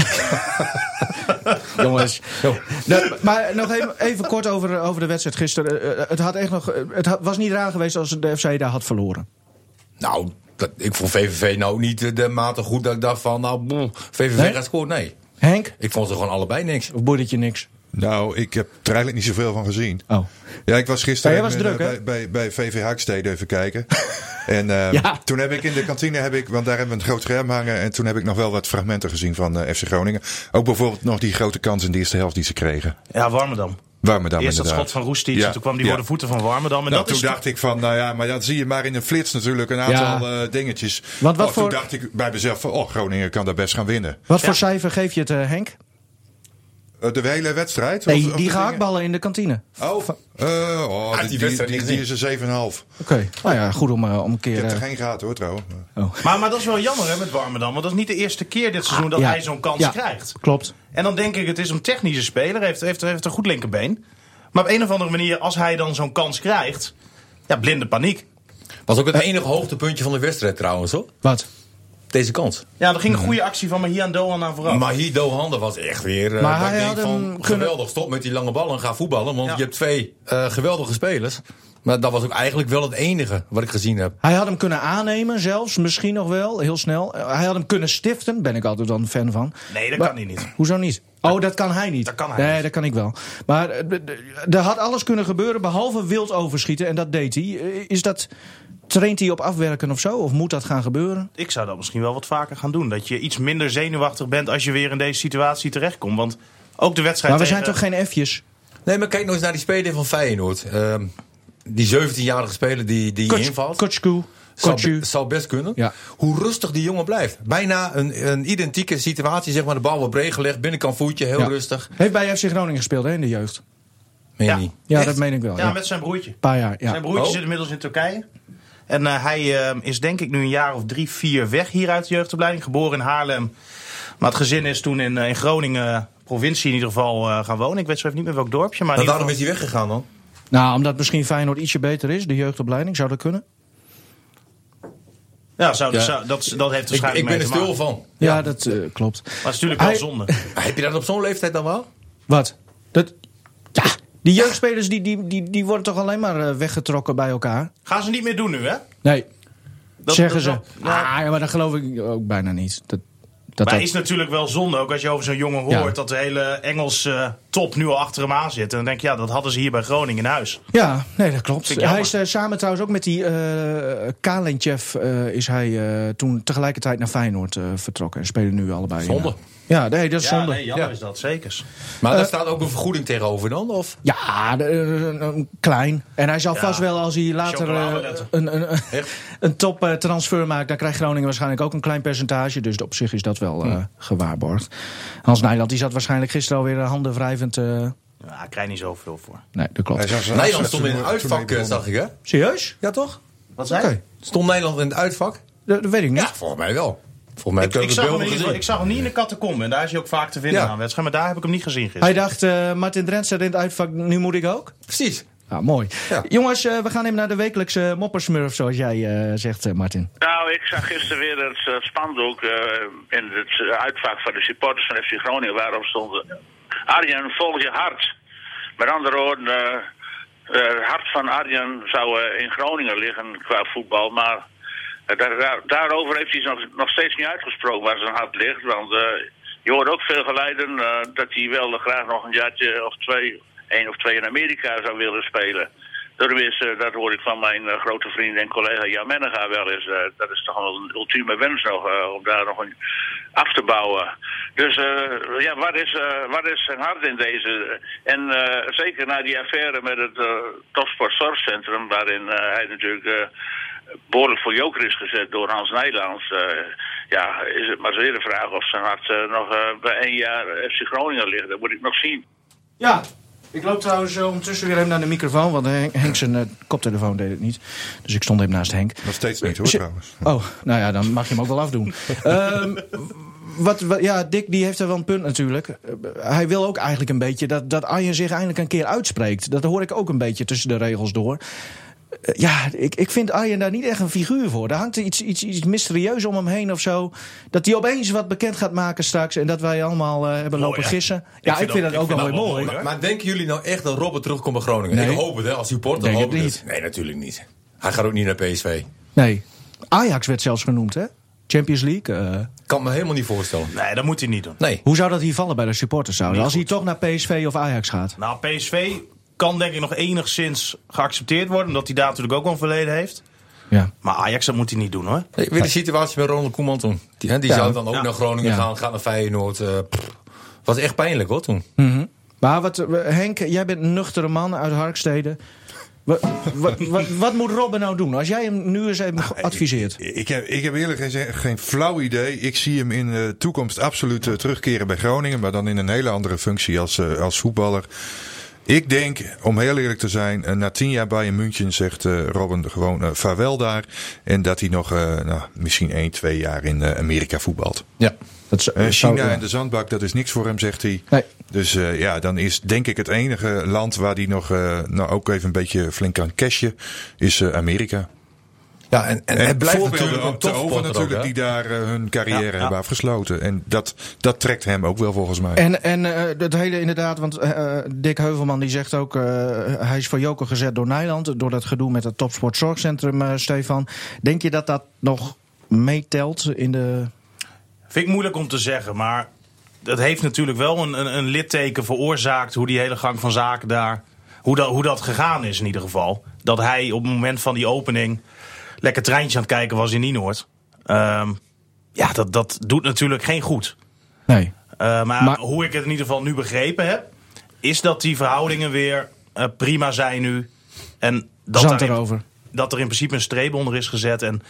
Speaker 2: Jongens. Nee, maar nog even, even kort over, over de wedstrijd gisteren. Eh, eh, Het, had echt nog, eh, het had- was niet raar geweest als de FC daar had verloren.
Speaker 4: nou, dat, ik vond VVV nou niet eh, de mate goed dat ik dacht van... Nou, boe, VVV
Speaker 2: Nee?
Speaker 4: gaat scoren. Nee.
Speaker 2: Henk?
Speaker 4: Ik vond ze gewoon allebei niks.
Speaker 2: Of boeit het je niks?
Speaker 5: Nou, ik heb er eigenlijk niet zoveel van gezien.
Speaker 2: Oh.
Speaker 5: Ja, ik was gisteren
Speaker 2: Ja, jij was
Speaker 5: eh,
Speaker 2: druk, hè?
Speaker 5: bij, bij, bij VV Haakstede even kijken. en eh,
Speaker 2: Ja.
Speaker 5: toen heb ik in de kantine, heb ik, want daar hebben we een groot scherm hangen. En toen heb ik nog wel wat fragmenten gezien van eh, FC Groningen. Ook bijvoorbeeld nog die grote kans in de eerste helft die ze kregen.
Speaker 3: Ja, Warmerdam.
Speaker 5: Waar me dan
Speaker 3: Eerst dat
Speaker 5: inderdaad.
Speaker 3: schot van Roestic,
Speaker 5: Ja,
Speaker 3: en toen kwam die
Speaker 5: ja.
Speaker 3: voor de voeten van Warmerdam. En
Speaker 5: Nou,
Speaker 3: dat
Speaker 5: toen
Speaker 3: is
Speaker 5: dacht ik van, nou ja, maar dan zie je maar in een flits natuurlijk een aantal eh, dingetjes.
Speaker 2: Want wat
Speaker 5: Oh, Toen
Speaker 2: voor-
Speaker 5: dacht ik bij mezelf van, oh, Groningen kan daar best gaan winnen.
Speaker 2: Wat voor cijfer geef je het, eh, Henk?
Speaker 5: Eh, de hele wedstrijd?
Speaker 2: Nee,
Speaker 5: Of- of de
Speaker 2: die
Speaker 5: dingen?
Speaker 2: gehaktballen in de kantine.
Speaker 5: Oh, eh,
Speaker 4: Ah,
Speaker 5: oh die,
Speaker 4: die
Speaker 5: die,
Speaker 4: wedstrijd
Speaker 5: die-
Speaker 4: niet
Speaker 5: die is een 7,5.
Speaker 2: Oké. Nou ja, goed om, eh, om een
Speaker 5: Ik
Speaker 2: keer...
Speaker 5: heb er
Speaker 2: eh,
Speaker 5: geen gaten hoor trouwens. Maar-
Speaker 2: oh.
Speaker 3: Maar, maar dat is wel jammer hè, met Warmerdam. Want dat is niet de eerste keer dit seizoen dat
Speaker 2: Ja.
Speaker 3: hij zo'n kans
Speaker 2: Ja,
Speaker 3: krijgt.
Speaker 2: Klopt.
Speaker 3: En dan denk ik, het is een technische speler. Heeft, heeft, heeft een goed linkerbeen. Maar op een of andere manier, als hij dan zo'n kans krijgt. Ja, blinde paniek.
Speaker 4: Was ook het
Speaker 2: Eh.
Speaker 4: enige hoogtepuntje van de wedstrijd trouwens, hoor.
Speaker 2: Wat?
Speaker 4: Deze kans.
Speaker 3: Ja, er ging een goede actie van Mahia en Doan aan vooraf.
Speaker 4: Maar hier Dohan, dat was echt weer. eh,
Speaker 2: Maar
Speaker 4: dat
Speaker 2: hij
Speaker 4: ik
Speaker 2: had
Speaker 4: denk van,
Speaker 2: hem kunnen-
Speaker 4: Geweldig, stop met die lange ballen en ga voetballen. Want
Speaker 3: Ja.
Speaker 4: je hebt twee eh, geweldige spelers. Maar dat was ook eigenlijk wel het enige wat ik gezien heb.
Speaker 2: Hij had hem kunnen aannemen zelfs, misschien nog wel, heel snel. Eh, Hij had hem kunnen stiften, ben ik altijd dan fan van.
Speaker 3: Nee, dat
Speaker 2: Maar-
Speaker 3: kan hij niet.
Speaker 2: Hoezo niet? Oh, dat kan hij niet.
Speaker 3: Dat kan hij
Speaker 2: nee,
Speaker 3: niet.
Speaker 2: dat kan ik wel. Maar eh, d- d- er had alles kunnen gebeuren behalve wild overschieten. En dat deed hij. Eh, Is dat, traint hij op afwerken of zo? Of moet dat gaan gebeuren?
Speaker 3: Ik zou dat misschien wel wat vaker gaan doen. Dat je iets minder zenuwachtig bent als je weer in deze situatie terechtkomt. Want ook de wedstrijd.
Speaker 2: Maar we zijn
Speaker 3: tegen-
Speaker 2: toch geen F'jes?
Speaker 4: Nee, maar kijk nog eens naar die speler van Feyenoord. Ehm, die 17-jarige speler die, die invalt.
Speaker 2: Kotsku.
Speaker 4: Zou,
Speaker 2: Kotsu.
Speaker 4: be- zou best kunnen.
Speaker 2: Ja.
Speaker 4: Hoe rustig die jongen blijft. Bijna een, een identieke situatie. Zeg maar de bal wordt breed gelegd, binnenkant voetje, heel
Speaker 2: Ja.
Speaker 4: rustig.
Speaker 2: Heeft bij FC Groningen gespeeld hè, in de jeugd.
Speaker 4: Meen je
Speaker 3: Ja.
Speaker 4: niet?
Speaker 2: Ja,
Speaker 3: Echt?
Speaker 2: dat meen ik wel. Ja,
Speaker 3: Ja, met zijn broertje.
Speaker 2: Een paar jaar.
Speaker 3: Zijn
Speaker 2: Ja.
Speaker 3: broertje
Speaker 4: Oh.
Speaker 3: zit inmiddels in Turkije. En eh, hij eh, is denk ik nu een jaar of drie, vier weg hier uit de jeugdopleiding. Geboren in Haarlem. Maar het gezin is toen in, eh, in Groningen, provincie in ieder geval, eh, gaan wonen. Ik weet zo even niet meer welk dorpje. Maar in
Speaker 4: En
Speaker 3: ieder
Speaker 4: waarom is
Speaker 3: geval-
Speaker 4: hij weggegaan dan?
Speaker 2: Nou, omdat misschien Feyenoord ietsje beter is, de jeugdopleiding, zou dat kunnen?
Speaker 3: ja, zou,
Speaker 4: Ja.
Speaker 3: zou- dat, dat heeft
Speaker 4: Ik, ik
Speaker 3: waarschijnlijk
Speaker 4: ben er
Speaker 3: mee te maken.
Speaker 4: stil van.
Speaker 2: Ja, dat eh, klopt.
Speaker 3: Maar het is natuurlijk wel
Speaker 2: Hij-
Speaker 3: zonde.
Speaker 4: Heb je dat op zo'n leeftijd dan wel?
Speaker 2: Wat? Dat, ja, die jeugdspelers die, die, die, die worden toch alleen maar eh, weggetrokken bij elkaar?
Speaker 3: Gaan ze niet meer doen nu, hè?
Speaker 2: Nee,
Speaker 3: Dat-
Speaker 2: zeggen
Speaker 3: dat-
Speaker 2: ze.
Speaker 3: nou,
Speaker 2: ah, ja, maar dat geloof ik ook bijna niet. Dat, dat,
Speaker 3: Maar
Speaker 2: dat,
Speaker 3: het is natuurlijk wel zonde, ook als je over zo'n jongen hoort...
Speaker 2: Ja.
Speaker 3: dat de hele Engelse eh, top nu al achter hem aan zit. En dan denk je, ja, dat hadden ze hier bij Groningen in huis.
Speaker 2: ja, nee, dat klopt.
Speaker 3: Vind ik jammer.
Speaker 2: Hij is eh, samen trouwens ook met die eh Kalentjev... eh, is hij eh, toen tegelijkertijd naar Feyenoord eh, vertrokken. En spelen nu allebei. in,
Speaker 4: Zonde.
Speaker 2: eh, ja, nee, dat is zonde.
Speaker 3: Ja, nee, jammer
Speaker 4: Ja.
Speaker 3: is dat, zeker.
Speaker 4: Maar
Speaker 2: Eh,
Speaker 4: daar staat ook een vergoeding tegenover dan? Of?
Speaker 2: Ja, de- eh, eh, klein. En hij zal
Speaker 3: Ja.
Speaker 2: vast wel, als hij later eh,
Speaker 3: Chocoladeletter.
Speaker 2: een, een, een, top eh, transfer maakt, dan krijgt Groningen waarschijnlijk ook een klein percentage. Dus op zich is dat wel eh, gewaarborgd. Hans Nijland die zat waarschijnlijk gisteren alweer handen wrijvend. eh,
Speaker 3: Ja, ik krijg niet zoveel voor.
Speaker 2: nee, dat
Speaker 5: Hij
Speaker 2: klopt.
Speaker 5: zag zijn
Speaker 4: Nederland
Speaker 5: afzet
Speaker 4: stond in
Speaker 5: toen-
Speaker 4: een
Speaker 5: toen hij
Speaker 4: uitvak, eh,
Speaker 5: begon.
Speaker 4: zag ik hè?
Speaker 2: Serieus?
Speaker 4: Ja toch?
Speaker 3: Wat
Speaker 2: Oké.
Speaker 3: zei je?
Speaker 4: Stond Nederland in het uitvak?
Speaker 2: Dat, dat weet ik niet.
Speaker 4: Ja, volgens mij wel. Volgens mij heb
Speaker 3: Ik,
Speaker 4: ik
Speaker 3: zag
Speaker 4: de
Speaker 3: hem in
Speaker 4: beelden
Speaker 3: ieder geval-
Speaker 4: gezien.
Speaker 3: ik zag hem niet in de catacombe. En daar is hij ook vaak te vinden
Speaker 4: Ja.
Speaker 3: aan wedstrijden. Maar daar heb ik hem niet gezien gisteren.
Speaker 2: Hij dacht, eh, Martin Drent staat in het uitvak, nu moet ik ook.
Speaker 4: Precies.
Speaker 2: Ja, mooi.
Speaker 4: Ja.
Speaker 2: Jongens, eh, we gaan even naar de wekelijkse moppersmurf, zoals jij eh, zegt, eh, Martin.
Speaker 7: Nou, ik zag gisteren weer het eh, spandoek eh, in het eh, uitvak van de supporters van FC Groningen. Waarop stond eh, Arjen, volg je hart. Met andere woorden, eh, eh, het hart van Arjen zou eh, in Groningen liggen qua voetbal. Maar eh, daar, daar- daarover heeft hij zich nog, nog steeds niet uitgesproken waar zijn hart ligt. Want eh, je hoort ook veel geleiden eh, dat hij wel graag nog een jaartje of twee, één of twee in Amerika zou willen spelen. Tenminste, dat hoor ik van mijn eh, grote vriend en collega Jan Menega wel eens. Eh, dat is toch wel een ultieme wens nog, eh, om daar nog een af te bouwen. Dus eh, ja, wat is, eh, wat is zijn hart in deze? En eh, zeker na die affaire met het eh Topsport Zorgcentrum, waarin eh, hij natuurlijk... eh, behoorlijk voor joker is gezet door Hans Nijlands. eh, ja, is het maar zeer de vraag of zijn hart eh, nog eh, bij één jaar FC Groningen ligt. Dat moet ik nog zien.
Speaker 2: Ja, ik loop trouwens eh, ondertussen weer even naar de microfoon, want Henk, Henk zijn eh, koptelefoon deed het niet. Dus ik stond even naast Henk.
Speaker 5: Nog steeds niet hoor
Speaker 2: Zit-
Speaker 5: trouwens.
Speaker 2: Oh, nou ja, dan mag je hem ook wel afdoen. Ehm, wat, wat- ja, Dick die heeft er wel een punt natuurlijk. Eh, hij wil ook eigenlijk een beetje dat, dat Arjen zich eindelijk een keer uitspreekt. Dat hoor ik ook een beetje tussen de regels door. Eh, ja, ik, ik vind Arjen daar niet echt een figuur voor. Daar hangt iets, iets, iets mysterieus om hem heen of zo. Dat hij opeens wat bekend gaat maken straks en dat wij allemaal eh, hebben lopen
Speaker 3: hè?
Speaker 2: gissen. Ja, ik vind,
Speaker 3: vind dat-
Speaker 2: dat
Speaker 3: ik
Speaker 2: ook
Speaker 3: vind
Speaker 2: wel
Speaker 3: dat
Speaker 2: weer
Speaker 3: wel
Speaker 2: mooi.
Speaker 3: mooi, hoor.
Speaker 4: Maar denken jullie nou echt dat Robert terugkomt bij Groningen?
Speaker 2: Nee.
Speaker 4: Ik hoop het, hè, als supporter
Speaker 2: Denk
Speaker 4: hoop
Speaker 2: het
Speaker 4: ik
Speaker 2: niet.
Speaker 4: het. dus. Nee, natuurlijk niet. Hij gaat ook niet naar PSV.
Speaker 2: Nee, Ajax werd zelfs genoemd, hè? Champions League. eh.
Speaker 4: Kan me helemaal niet voorstellen.
Speaker 3: Nee, dat moet hij niet doen.
Speaker 4: Nee.
Speaker 2: Hoe zou dat hier vallen bij de supporters? Zouden? Als hij toch naar PSV of Ajax gaat?
Speaker 3: Nou, PSV kan denk ik nog enigszins geaccepteerd worden. Omdat hij daar natuurlijk ook wel een verleden heeft.
Speaker 2: Ja.
Speaker 3: Maar Ajax, dat moet hij niet doen hoor.
Speaker 4: Ik weet de situatie met Ronald Koeman toen. Die, hè, die
Speaker 2: Ja.
Speaker 4: zou dan ook
Speaker 3: Ja.
Speaker 4: naar Groningen
Speaker 2: Ja.
Speaker 4: gaan, gaat naar Feyenoord. eh, pff. was echt pijnlijk hoor toen.
Speaker 2: Maar wat, eh, Henk, jij bent een nuchtere man uit Harkstede. Wat, wat, wat, wat moet Robben nou doen? Als jij hem nu eens even adviseert.
Speaker 5: Ik, ik heb, ik heb eerlijk gezegd geen flauw idee. Ik zie hem in de toekomst absoluut eh, terugkeren bij Groningen. Maar dan in een hele andere functie als, eh, als voetballer. Ik denk, om heel eerlijk te zijn, eh, na tien jaar Bayern München zegt eh, Robin gewoon eh, vaarwel daar. En dat hij nog eh, nou, misschien één, twee jaar in eh, Amerika voetbalt.
Speaker 4: Ja.
Speaker 2: Dat,
Speaker 5: Eh,
Speaker 2: zou-
Speaker 5: China en de zandbak, dat is niks voor hem, zegt hij.
Speaker 2: Nee.
Speaker 5: Dus eh, ja, dan is denk ik het enige land waar hij nog eh, nou ook even een beetje flink kan cashen, is eh, Amerika.
Speaker 4: Ja, en, en,
Speaker 5: En
Speaker 4: het blijft
Speaker 5: voorbeelden
Speaker 4: natuurlijk
Speaker 5: ook
Speaker 4: een
Speaker 5: te over
Speaker 4: topsporter ook,
Speaker 5: natuurlijk,
Speaker 4: hè.
Speaker 5: die daar eh, hun carrière
Speaker 3: Ja, ja.
Speaker 5: hebben afgesloten. En dat, dat trekt hem ook wel volgens mij.
Speaker 2: En, en eh, dat hele inderdaad, want eh, eh, Dick Heuvelman die zegt ook... eh, hij is voor joker gezet door Nijland. Door dat gedoe met het Topsport Zorgcentrum, eh, Stefan. Denk je dat dat nog meetelt in de...
Speaker 3: Vind ik moeilijk om te zeggen, maar dat heeft natuurlijk wel een, een, een litteken veroorzaakt hoe die hele gang van zaken daar, hoe dat, hoe dat gegaan is in ieder geval. Dat hij op het moment van die opening lekker treintje aan het kijken was in Nienoord. Ehm ja, dat, dat doet natuurlijk geen goed.
Speaker 2: Nee.
Speaker 3: Eh, maar,
Speaker 2: Maar-
Speaker 3: hoe ik het in ieder geval nu begrepen heb, is dat die verhoudingen weer eh, prima zijn nu. En dat
Speaker 2: Zand
Speaker 3: daar in-
Speaker 2: erover.
Speaker 3: dat er in principe een streep onder is gezet. En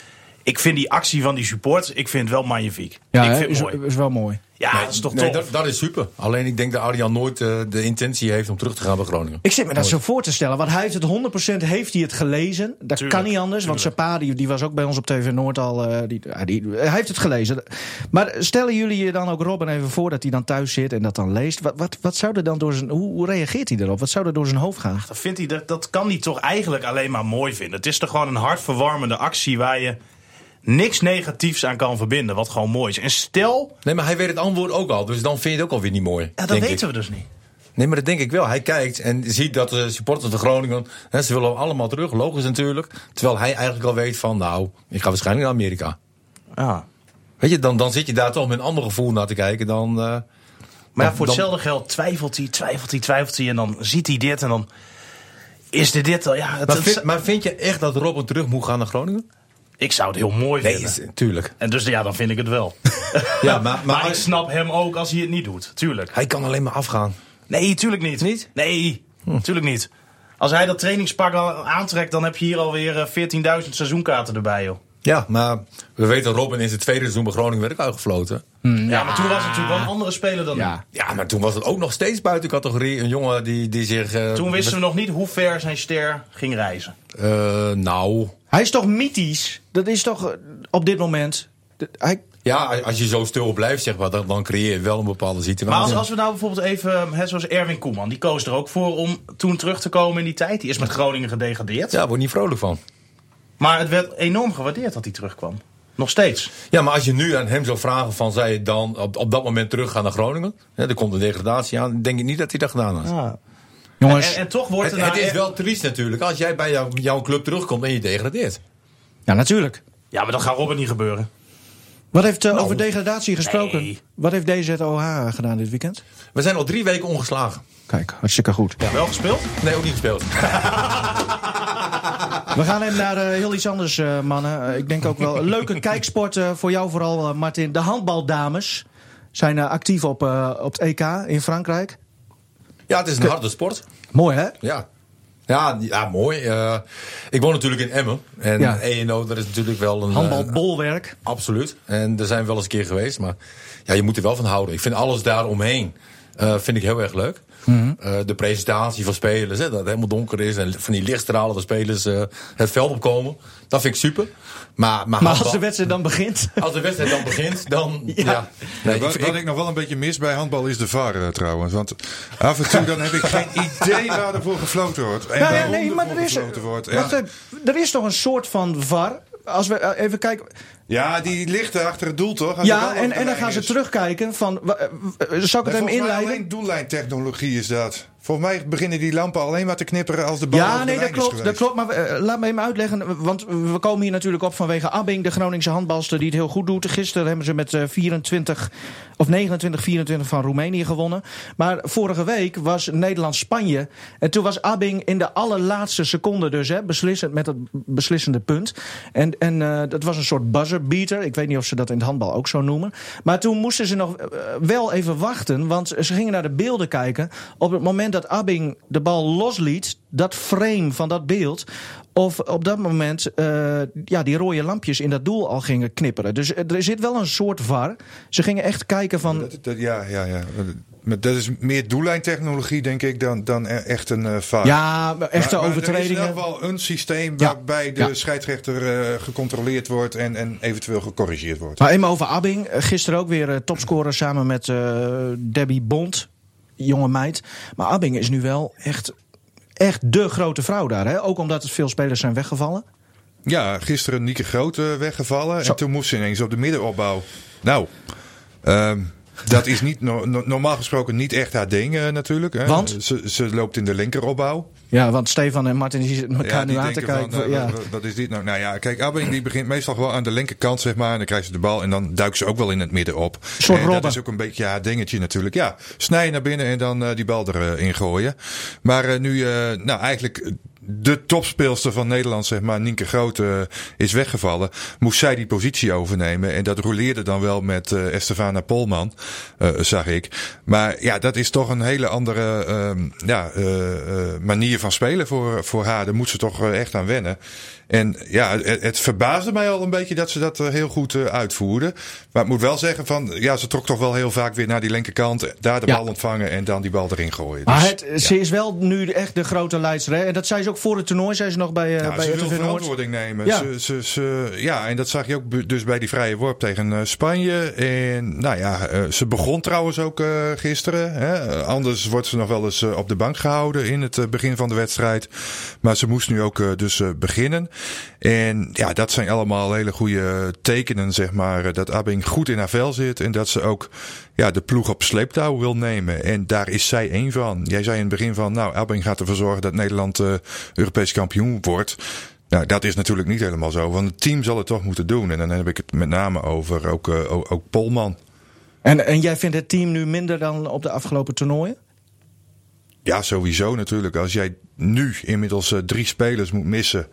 Speaker 3: ik vind die actie van die support, ik vind het wel magnifiek.
Speaker 2: Ja,
Speaker 3: ik
Speaker 2: hè,
Speaker 3: vind het
Speaker 2: is,
Speaker 3: mooi.
Speaker 2: is wel mooi.
Speaker 3: Ja,
Speaker 4: Nee,
Speaker 3: dat is toch
Speaker 4: nee,
Speaker 3: tof.
Speaker 4: dat, dat is super. Alleen ik denk dat Arjan nooit eh, de intentie heeft om terug te gaan bij Groningen.
Speaker 2: Ik zit me dat zo voor te stellen, want hij heeft het 100% heeft hij het gelezen. Dat
Speaker 3: Tuurlijk,
Speaker 2: kan niet anders, want zijn pa die, die was ook bij ons op TV Noord al. eh, die, ah, die, hij heeft het gelezen. Maar stellen jullie je dan ook Robin even voor dat hij dan thuis zit en dat dan leest. Wat, wat, wat zou er dan door zijn. Hoe, hoe reageert hij erop? Wat zou er door zijn hoofd gaan?
Speaker 3: Dat, vindt hij, dat, dat kan hij toch eigenlijk alleen maar mooi vinden. Het is toch gewoon een hartverwarmende actie waar je niks negatiefs aan kan verbinden. Wat gewoon mooi is. En stel,
Speaker 4: Nee, maar hij weet het antwoord ook al. Dus dan vind je het ook alweer niet mooi.
Speaker 3: ja, dat
Speaker 4: denk
Speaker 3: weten
Speaker 4: ik.
Speaker 3: we dus niet.
Speaker 4: Nee, maar dat denk ik wel. Hij kijkt en ziet dat de supporters van Groningen... Hè, ze willen hem allemaal terug, logisch natuurlijk. Terwijl hij eigenlijk al weet van... nou, ik ga waarschijnlijk naar Amerika.
Speaker 3: Ja.
Speaker 4: Weet je, dan, dan zit je daar toch met een ander gevoel naar te kijken dan... eh,
Speaker 3: Maar ja,
Speaker 4: dan-
Speaker 3: voor
Speaker 4: dan-
Speaker 3: hetzelfde geld twijfelt hij, twijfelt hij, twijfelt hij. En dan ziet hij dit en dan is dit dit. al. Ja, het,
Speaker 4: Maar,
Speaker 3: het-
Speaker 4: vind, maar vind je echt dat Robin terug moet gaan naar Groningen?
Speaker 3: ik zou het heel mooi
Speaker 4: Nee,
Speaker 3: vinden.
Speaker 4: is- tuurlijk.
Speaker 3: En dus ja, dan vind ik het wel.
Speaker 4: Ja, maar,
Speaker 3: Maar
Speaker 4: maar
Speaker 3: ik snap hem ook als hij het niet doet. Tuurlijk.
Speaker 4: hij kan alleen maar afgaan.
Speaker 3: Nee, tuurlijk niet. Niet? Nee,
Speaker 4: Hm.
Speaker 3: tuurlijk niet. Als hij dat trainingspak al aantrekt, dan heb je hier alweer eh, 14.000 seizoenkaarten erbij, joh.
Speaker 4: Ja, maar we weten Robin in zijn tweede seizoen bij Groningen werd ook uitgefloten.
Speaker 3: Ja, maar toen was het natuurlijk wel een andere speler dan nu.
Speaker 4: Ja, maar toen was het ook nog steeds buiten categorie. Een jongen die, die zich... eh,
Speaker 3: Toen wisten we nog niet hoe ver zijn ster ging reizen.
Speaker 4: eh, nou,
Speaker 2: Hij is toch mythisch? Dat is toch eh, op dit moment. de- Hij,
Speaker 4: Ja, als je zo stil blijft, zeg maar, dan, dan creëer je wel een bepaalde situatie.
Speaker 3: Maar als, als we nou bijvoorbeeld even, hè, zoals Erwin Koeman, die koos er ook voor om toen terug te komen in die tijd. Die is met Groningen gedegradeerd.
Speaker 4: Ja, daar word je niet vrolijk van.
Speaker 3: Maar het werd enorm gewaardeerd dat hij terugkwam. Nog steeds.
Speaker 4: Ja, maar als je nu aan hem zou vragen van zij je dan op, op dat moment teruggaan naar Groningen, hè, er komt een degradatie aan, denk ik niet dat hij dat gedaan had.
Speaker 2: ah. Jongens,
Speaker 3: En, en toch wordt
Speaker 4: Dus Het,
Speaker 3: er
Speaker 4: het
Speaker 3: nou
Speaker 4: is
Speaker 3: echt-
Speaker 4: wel triest natuurlijk als jij bij jouw- jouw club terugkomt en je degradeert.
Speaker 2: ja natuurlijk.
Speaker 3: Ja, maar dat gaat Robert niet gebeuren.
Speaker 2: Wat heeft eh, over degradatie gesproken?
Speaker 3: Nou, nee.
Speaker 2: Wat heeft DZOH gedaan dit weekend?
Speaker 4: We zijn al drie weken ongeslagen.
Speaker 2: Kijk, hartstikke goed.
Speaker 3: Wel gespeeld?
Speaker 4: Nee, ook niet gespeeld.
Speaker 2: We gaan even naar eh, heel iets anders, eh, mannen. Eh, ik denk ook wel een leuke kijksport eh, voor jou vooral, eh, Martin. De handbaldames zijn eh, actief op, eh, op het EK in Frankrijk.
Speaker 4: Ja, het is een harde sport.
Speaker 2: Mooi,
Speaker 5: Eh,
Speaker 2: hè?
Speaker 4: Ja. Ja, ja mooi. Eh, ik woon natuurlijk in Emmen. En
Speaker 2: Ja.
Speaker 4: ENO, dat is natuurlijk wel een... eh,
Speaker 2: Handbalbolwerk.
Speaker 4: Absoluut. En daar zijn we wel eens een keer geweest. Maar ja, je moet er wel van houden. Ik vind alles daaromheen eh vind ik heel erg leuk.
Speaker 2: Mhm.
Speaker 4: Eh, de presentatie van spelers, hè, dat het helemaal donker is. En van die lichtstralen van spelers eh, het veld opkomen. Dat vind ik super. Maar, maar,
Speaker 2: Maar als de wedstrijd dan begint...
Speaker 4: als de wedstrijd dan begint, dan... Ja. Nee, ik-
Speaker 5: Wat, wat ik, nog wel een beetje mis bij handbal is de VAR eh, trouwens. Want af en toe dan heb ik geen idee waar ervoor gefloten wordt. En
Speaker 2: Nou ja,
Speaker 5: waarom
Speaker 2: nee, maar
Speaker 5: ervoor
Speaker 2: er is, eh,
Speaker 5: gefloten wordt.
Speaker 2: Wacht
Speaker 5: Ja.
Speaker 2: even, er is toch een soort van var. Als we eh, even kijken.
Speaker 5: Ja, die ligt daar achter het doel toch? Als de bal
Speaker 2: Ja,
Speaker 5: over
Speaker 2: en,
Speaker 5: de
Speaker 2: en dan
Speaker 5: lijn
Speaker 2: gaan ze
Speaker 5: is.
Speaker 2: terugkijken van. wa- eh, eh, Zal ik
Speaker 5: Nee,
Speaker 2: het even
Speaker 5: volgens mij
Speaker 2: inleiden?
Speaker 5: alleen doellijntechnologie is dat. Volgens mij beginnen die lampen alleen maar te knipperen als de bal over
Speaker 2: Ja,
Speaker 5: de
Speaker 2: nee, dat
Speaker 5: lijn is
Speaker 2: klopt. Dat
Speaker 5: geweest.
Speaker 2: klopt maar eh, laat me even uitleggen. Want we komen hier natuurlijk op vanwege Abbing, de Groningse handbalster, die het heel goed doet. Gisteren hebben ze met eh, 24 of 29, 24 van Roemenië gewonnen. Maar vorige week was Nederland-Spanje. En toen was Abbing in de allerlaatste seconde, dus hè, beslissend met het beslissende punt. En, en eh, dat was een soort buzzerbeater. Ik weet niet of ze dat in het handbal ook zo noemen. Maar toen moesten ze nog eh, wel even wachten. Want ze gingen naar de beelden kijken. Op het moment dat Abbing de bal losliet, dat frame van dat beeld. Of op dat moment eh, ja, die rode lampjes in dat doel al gingen knipperen. Dus eh, er zit wel een soort var. Ze gingen echt kijken van.
Speaker 5: Dat- dat- ja, ja, ja. Maar dat is meer doellijntechnologie, denk ik, dan, dan e- echt een eh, VAR.
Speaker 2: Ja,
Speaker 5: Maar-
Speaker 2: echte
Speaker 5: maar Er
Speaker 2: overtredingen.
Speaker 5: is wel een systeem
Speaker 2: Ja.
Speaker 5: waarbij de
Speaker 2: Ja.
Speaker 5: scheidsrechter eh, gecontroleerd wordt en, en eventueel gecorrigeerd wordt.
Speaker 2: Maar even over Abbing. Eh, Gisteren ook weer eh, topscorer samen met eh, Debbie Bond. Jonge meid. Maar Abbing is nu wel echt, echt de grote vrouw daar. Hè? Ook omdat veel spelers zijn weggevallen.
Speaker 5: Ja, gisteren Nieke Groot eh, weggevallen.
Speaker 2: Zo.
Speaker 5: En toen moest ze ineens op de middenopbouw. Nou, ehm, dat is niet no- no- normaal gesproken niet echt haar ding eh, natuurlijk. Hè.
Speaker 2: Want?
Speaker 5: Ze, ze loopt in de linkeropbouw.
Speaker 2: Ja, want Stefan en Martin die zitten elkaar nu
Speaker 5: die
Speaker 2: aan te
Speaker 5: denken
Speaker 2: kijken.
Speaker 5: van, eh,
Speaker 2: ja.
Speaker 5: wat- wat is dit nou? Nou ja, kijk, Abbing die begint meestal gewoon aan de linkerkant, zeg maar. En dan krijgt ze de bal en dan duikt ze ook wel in het midden op.
Speaker 2: soort
Speaker 5: en
Speaker 2: Robben.
Speaker 5: dat is ook een beetje haar dingetje natuurlijk. Ja, snijden naar binnen en dan eh, die bal erin gooien. Maar eh, nu, eh, nou eigenlijk... De topspeelster van Nederland, zeg maar, Nienke Groot, eh, is weggevallen. Moest zij die positie overnemen. En dat roleerde dan wel met eh Estefana Polman, eh, zag ik. Maar ja, dat is toch een hele andere ehm, ja, eh, eh, manier van spelen voor, voor haar. Daar moet ze toch eh, echt aan wennen. En ja, het, het verbaasde mij al een beetje dat ze dat eh, heel goed eh, uitvoerden. Maar ik moet wel zeggen van, ja, ze trok toch wel heel vaak weer naar die linkerkant. Daar de
Speaker 2: Ja.
Speaker 5: bal ontvangen en dan die bal erin gooien.
Speaker 2: Maar
Speaker 5: Dus,
Speaker 2: het, eh, ze is wel nu echt de grote leidster. Hè? En dat zei ze ook voor het toernooi. Zei ze nog bij, eh
Speaker 5: ja,
Speaker 2: bij
Speaker 5: nou, ze wil
Speaker 2: RTV Noord.
Speaker 5: verantwoording nemen.
Speaker 2: Ja.
Speaker 5: Ze, ze, ze- ja, en dat zag je ook bu- dus bij die vrije worp tegen eh, Spanje. En nou ja, eh, ze begon trouwens ook eh, gisteren. Hè. Eh, Anders wordt ze nog wel eens eh, op de bank gehouden in het eh, begin van de wedstrijd. Maar ze moest nu ook eh, dus eh, beginnen. En ja, dat zijn allemaal hele goede tekenen, zeg maar. eh, Dat Abing goed in haar vel zit en dat ze ook ja, de ploeg op sleeptouw wil nemen. En daar is zij één van. Jij zei in het begin van, nou, Abing gaat ervoor zorgen dat Nederland eh, Europees kampioen wordt. Nou, dat is natuurlijk niet helemaal zo. Want het team zal het toch moeten doen. En dan heb ik het met name over ook, eh, ook, ook Polman.
Speaker 2: En, en jij vindt het team nu minder dan op de afgelopen toernooien?
Speaker 5: Ja, sowieso natuurlijk. Als jij nu inmiddels eh, drie spelers moet missen.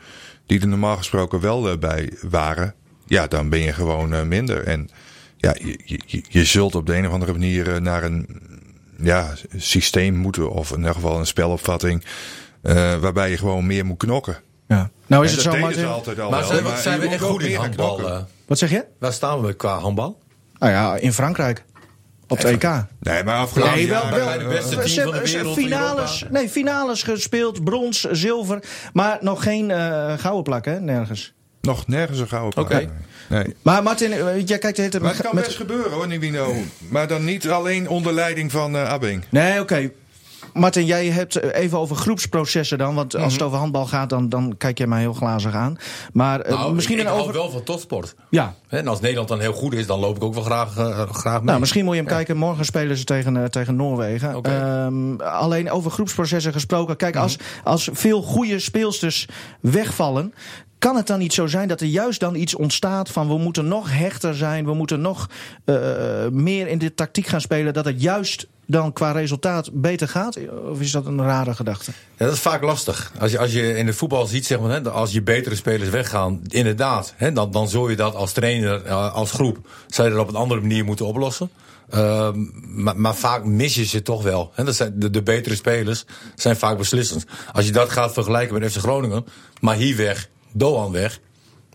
Speaker 5: die er normaal gesproken wel eh, bij waren. ja, dan ben je gewoon eh, minder. En ja, je, je- je, je zult op de een of andere manier eh, naar een ja, systeem moeten. of in ieder geval een spelopvatting. eh, waarbij je gewoon meer moet knokken.
Speaker 2: Ja. Nou is
Speaker 5: En
Speaker 2: het
Speaker 5: dat
Speaker 2: zo,
Speaker 5: deden ze
Speaker 2: Martin.
Speaker 5: altijd al
Speaker 4: maar
Speaker 5: wel,
Speaker 4: zijn we,
Speaker 5: maar
Speaker 4: zijn
Speaker 5: je
Speaker 4: we
Speaker 5: moet
Speaker 4: echt
Speaker 5: wel
Speaker 4: goed in
Speaker 5: meer gaan
Speaker 4: handbal?
Speaker 5: knokken.
Speaker 4: eh?
Speaker 2: Wat zeg je?
Speaker 4: waar staan we qua handbal?
Speaker 2: Nou ja, in Frankrijk. Op het EK.
Speaker 5: Nee, maar afgelopen
Speaker 4: Nee, wel-
Speaker 5: jaar-
Speaker 4: wel- bij de beste team
Speaker 2: Ze-
Speaker 4: van de
Speaker 2: ze-
Speaker 4: wereld,
Speaker 2: Finales,
Speaker 4: Europa.
Speaker 2: nee, finales gespeeld, brons, zilver. Maar nog geen eh gouden plak, hè? Nergens.
Speaker 5: nog nergens een gouden plaat.
Speaker 4: Oké.
Speaker 5: Nee. Nee.
Speaker 2: Maar Martin, eh, jij kijkt de hele tijd
Speaker 5: Maar
Speaker 2: met-
Speaker 5: het kan
Speaker 2: met-
Speaker 5: best gebeuren hoor, Nivino. Maar dan niet alleen onder leiding van eh Abing.
Speaker 2: Nee, oké. Martin, jij hebt eh, even over groepsprocessen dan. Want
Speaker 4: Mhm.
Speaker 2: als het over handbal gaat, dan, dan kijk jij mij heel glazig aan. Maar eh,
Speaker 4: Nou,
Speaker 2: misschien
Speaker 4: ik, ik
Speaker 2: een
Speaker 4: hou
Speaker 2: over...
Speaker 4: wel van topsport.
Speaker 2: Ja,
Speaker 4: Hè, En als Nederland dan heel goed is, dan loop ik ook wel graag, eh, graag mee.
Speaker 2: Nou, misschien moet je hem kijken. Morgen spelen ze tegen, eh, tegen Noorwegen.
Speaker 4: Oké. Mhm.
Speaker 2: Ehm, alleen over groepsprocessen gesproken. Kijk, als, als veel goede speelsters wegvallen. Kan het dan niet zo zijn dat er juist dan iets ontstaat van we moeten nog hechter zijn, we moeten nog eh, meer in de tactiek gaan spelen, dat het juist dan qua resultaat beter gaat? Of is dat een rare gedachte?
Speaker 4: Ja, dat is vaak lastig. Als je, als je in het voetbal ziet, zeg maar, hè, als je betere spelers weggaan, inderdaad, hè, dan, dan zul je dat als trainer, eh, als groep, zou je dat op een andere manier moeten oplossen. Ehm, maar, maar vaak mis je ze toch wel. Hè. Dat zijn de, de betere spelers zijn vaak beslissend. Als je dat gaat vergelijken met FC Groningen, maar hier weg, Doan weg,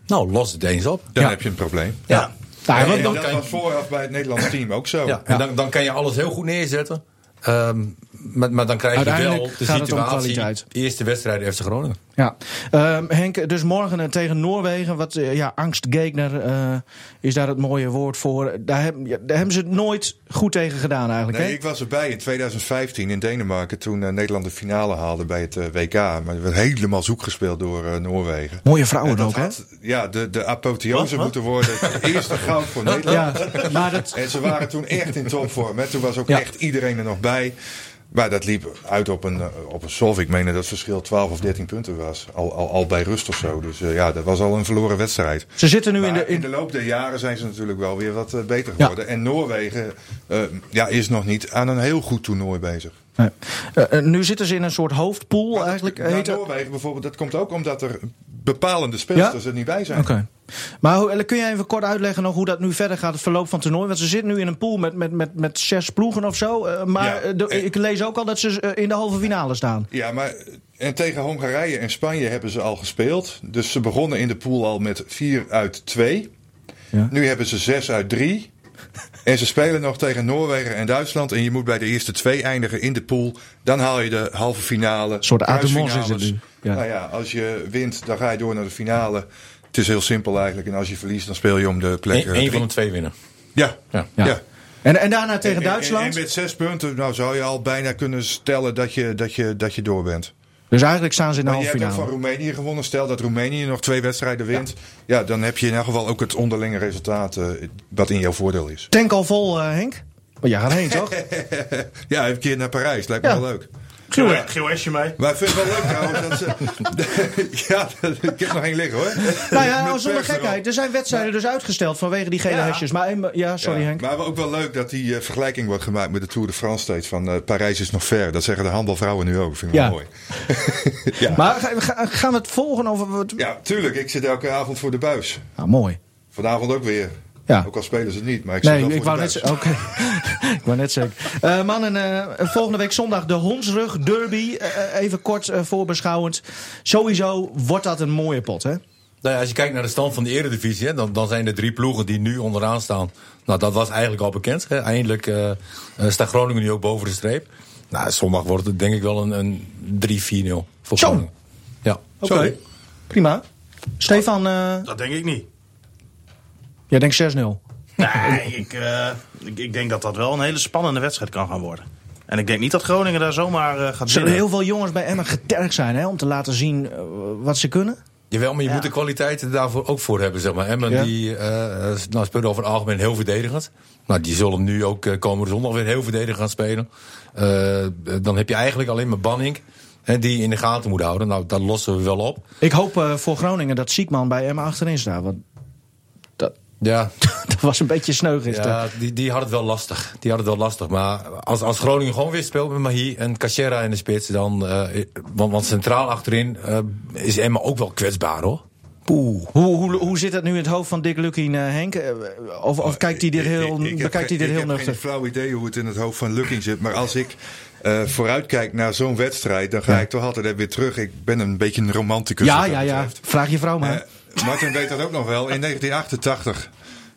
Speaker 4: nou los het eens op.
Speaker 5: Dan heb je een probleem.
Speaker 4: Ja.
Speaker 2: Nou,
Speaker 4: En
Speaker 2: wat-
Speaker 5: En
Speaker 4: dan
Speaker 5: dat
Speaker 4: kan je-
Speaker 5: was vooraf bij het Nederlandse team ook zo.
Speaker 4: ja, en dan, dan kan je alles heel goed neerzetten. Ehm, maar, maar dan krijg je wel
Speaker 2: Uiteindelijk
Speaker 4: de
Speaker 2: gaat het om
Speaker 4: situatie.
Speaker 2: kwaliteit.
Speaker 4: Eerste wedstrijd FC Groningen.
Speaker 2: Ja, Ehm, Henk, dus morgen eh, tegen Noorwegen. Wat, eh, ja, angstgegner eh, is daar het mooie woord voor. Daar, heb- ja, daar hebben ze het nooit goed tegen gedaan eigenlijk.
Speaker 5: Nee,
Speaker 2: hè?
Speaker 5: ik was erbij in 2015 in Denemarken toen eh, Nederland de finale haalde bij het eh, WK. Maar we werd helemaal zoek gespeeld door eh, Noorwegen.
Speaker 2: Mooie
Speaker 5: En
Speaker 2: vrouwen
Speaker 5: dat
Speaker 2: Oh, ook, hè?
Speaker 5: had, Ja, de, de apotheose
Speaker 3: Wat, wat?
Speaker 5: moeten worden. Het eerste goud voor Nederland.
Speaker 2: Ja, maar dat,
Speaker 5: En ze waren toen echt in topvorm. Hè. Toen was ook
Speaker 2: Ja.
Speaker 5: echt iedereen er nog bij. Maar dat liep uit op een, eh, op een solf. Ik meen dat het verschil 12 of 13 punten was. Al, al, al bij rust of zo. Dus eh, ja, dat was al een verloren wedstrijd.
Speaker 2: ze zitten nu in
Speaker 5: Maar
Speaker 2: de. In,
Speaker 5: loop der jaren zijn ze natuurlijk wel weer wat eh, beter
Speaker 2: Ja.
Speaker 5: geworden. En Noorwegen eh, ja, is nog niet aan een heel goed toernooi bezig.
Speaker 2: Nee. Eh, eh, nu zitten ze in een soort hoofdpool eigenlijk.
Speaker 5: Nou,
Speaker 2: heet het. Oké.
Speaker 5: Noorwegen bijvoorbeeld, dat komt ook omdat er bepalende speelsters
Speaker 2: Ja?
Speaker 5: er niet bij zijn.
Speaker 2: Maar hoe, kun jij even kort uitleggen nog hoe dat nu verder gaat, het verloop van het toernooi? Want ze zitten nu in een pool met, met, met, met zes ploegen of zo. eh, maar
Speaker 5: Ja,
Speaker 2: eh, de-
Speaker 5: en-
Speaker 2: ik lees ook al dat ze eh, in de halve finale staan.
Speaker 5: Ja, maar en tegen Hongarije en Spanje hebben ze al gespeeld. Dus ze begonnen in de pool al met 4 uit 2.
Speaker 2: Ja.
Speaker 5: Nu hebben ze 6 uit 3. En ze spelen nog tegen Noorwegen en Duitsland. En je moet bij de eerste twee eindigen in de pool. Dan haal je de halve finale.
Speaker 2: soort Ademos is het
Speaker 5: kruisfinales.
Speaker 2: nu. Ja.
Speaker 5: Nou ja, als je wint, dan ga je door naar de finale. Het is heel simpel eigenlijk. En als je verliest, dan speel je om de plek.
Speaker 4: Eén
Speaker 5: eh,
Speaker 4: één
Speaker 5: drie.
Speaker 4: van de twee winnen.
Speaker 5: Ja.
Speaker 4: Ja.
Speaker 5: ja.
Speaker 2: En, en daarna tegen
Speaker 5: En- en-
Speaker 2: Duitsland.
Speaker 5: En, met zes punten nou, zou je al bijna kunnen stellen dat je, dat je, dat je door bent.
Speaker 2: dus eigenlijk staan ze in de
Speaker 5: Maar Nou, je
Speaker 2: halve
Speaker 5: hebt ook van
Speaker 2: finale.
Speaker 5: Roemenië gewonnen. Stel dat Roemenië nog twee wedstrijden wint. Ja, dan heb je in elk geval ook het onderlinge resultaat eh, wat in jouw voordeel is.
Speaker 2: Tank al vol, eh, Henk? Maar jij gaat heen, toch?
Speaker 5: Ja, een keer naar Parijs. Lijkt me
Speaker 2: Ja.
Speaker 5: wel leuk.
Speaker 3: Geel- Geel Esje mij.
Speaker 5: Maar ik vind het wel leuk trouwens dat ze... ja, dat- ik heb nog één liggen hoor.
Speaker 2: nou ja,
Speaker 5: Met
Speaker 2: nou, zonder
Speaker 5: pers erop.
Speaker 2: gekheid. Er zijn wedstrijden dus uitgesteld vanwege die gele
Speaker 3: Ja.
Speaker 2: hesjes. Maar, eh, maar- ja, sorry
Speaker 5: Ja,
Speaker 2: Henk.
Speaker 5: Maar ook wel leuk dat die eh, vergelijking wordt gemaakt met de Tour de France steeds. Van eh, Parijs is nog ver. Dat zeggen de handbalvrouwen nu ook. Vind ik
Speaker 2: Ja.
Speaker 5: wel mooi. ja.
Speaker 2: Maar ga- ga- gaan we het volgen over... wat-
Speaker 5: ja, tuurlijk. Ik zit elke avond voor de buis.
Speaker 2: Nou, mooi.
Speaker 5: Vanavond ook weer.
Speaker 2: Ja.
Speaker 5: Ook al spelen ze het niet. Maar ik zit wel
Speaker 2: Nee,
Speaker 5: voor
Speaker 2: ik
Speaker 5: de
Speaker 2: wou, net, oh,
Speaker 5: buis.
Speaker 2: ze- oké. ik wou net zeggen. Eh, mannen, eh, volgende week zondag de Hondsrug Derby. Eh, eh, even kort eh, voorbeschouwend. Sowieso wordt dat een mooie pot, hè?
Speaker 4: Nou ja, als je kijkt naar de stand van de Eredivisie, hè, dan, dan zijn er drie ploegen die nu onderaan staan. Nou, dat was eigenlijk al bekend. Hè. Eindelijk eh, eh, staat Groningen nu ook boven de streep. Nou, zondag wordt het denk ik wel een, een 3-4-0 voor
Speaker 2: Zo.
Speaker 4: Groningen. Ja.
Speaker 5: Sorry.
Speaker 2: Prima. Stefan, eh,
Speaker 3: Dat denk ik niet.
Speaker 2: jij denkt 6-0.
Speaker 3: Nee, ik, eh, ik, ik denk dat dat wel een hele spannende wedstrijd kan gaan worden. En ik denk niet dat Groningen daar zomaar eh,
Speaker 2: Er
Speaker 3: gaat
Speaker 2: zullen
Speaker 3: winnen.
Speaker 2: heel veel jongens bij Emmen getergd zijn hè, om te laten zien eh, wat ze kunnen.
Speaker 4: Jawel, maar je moet de kwaliteiten daarvoor ook voor hebben, zeg maar. Emmen
Speaker 2: Ja.
Speaker 4: die eh eh, nou, speelde over het algemeen heel verdedigend. Nou, die zullen nu ook eh, komende zondag weer heel verdedigend gaan spelen. Eh, dan heb je eigenlijk alleen maar Banning, hè, die je in de gaten moet houden. Nou, dat lossen we wel op.
Speaker 2: Ik hoop eh, voor Groningen dat Siekman bij Emmen achterin staat. Want dat,
Speaker 4: Ja,
Speaker 2: dat was een beetje sneu gisteren.
Speaker 4: ja Dus die, die had het wel lastig. Die had het wel lastig. Maar als, als Groningen gewoon weer speelt met Mahi en Cachera in de spits, dan. eh, want, want centraal achterin eh, is Emma ook wel kwetsbaar hoor. Poeh.
Speaker 2: Hoe, hoe, hoe zit dat nu in het hoofd van Dick Lukien, eh, Henk? Eh, Of, of kijkt hij dit heel,
Speaker 5: Oh, Ik- ik- ik heb
Speaker 2: bekijkt hij dit
Speaker 5: geen-
Speaker 2: heel
Speaker 5: Ik heb geen
Speaker 2: nuchter?
Speaker 5: flauw idee hoe het in het hoofd van Lukking zit. Maar als ik eh vooruitkijk naar zo'n wedstrijd, dan ga ik toch altijd even weer terug. Ik ben een beetje een romanticus.
Speaker 2: Ja,
Speaker 5: dus wat dat
Speaker 2: ja, ja.
Speaker 5: betreft.
Speaker 2: Vraag je vrouw maar.
Speaker 5: Eh, Martin weet dat ook nog wel. In 1988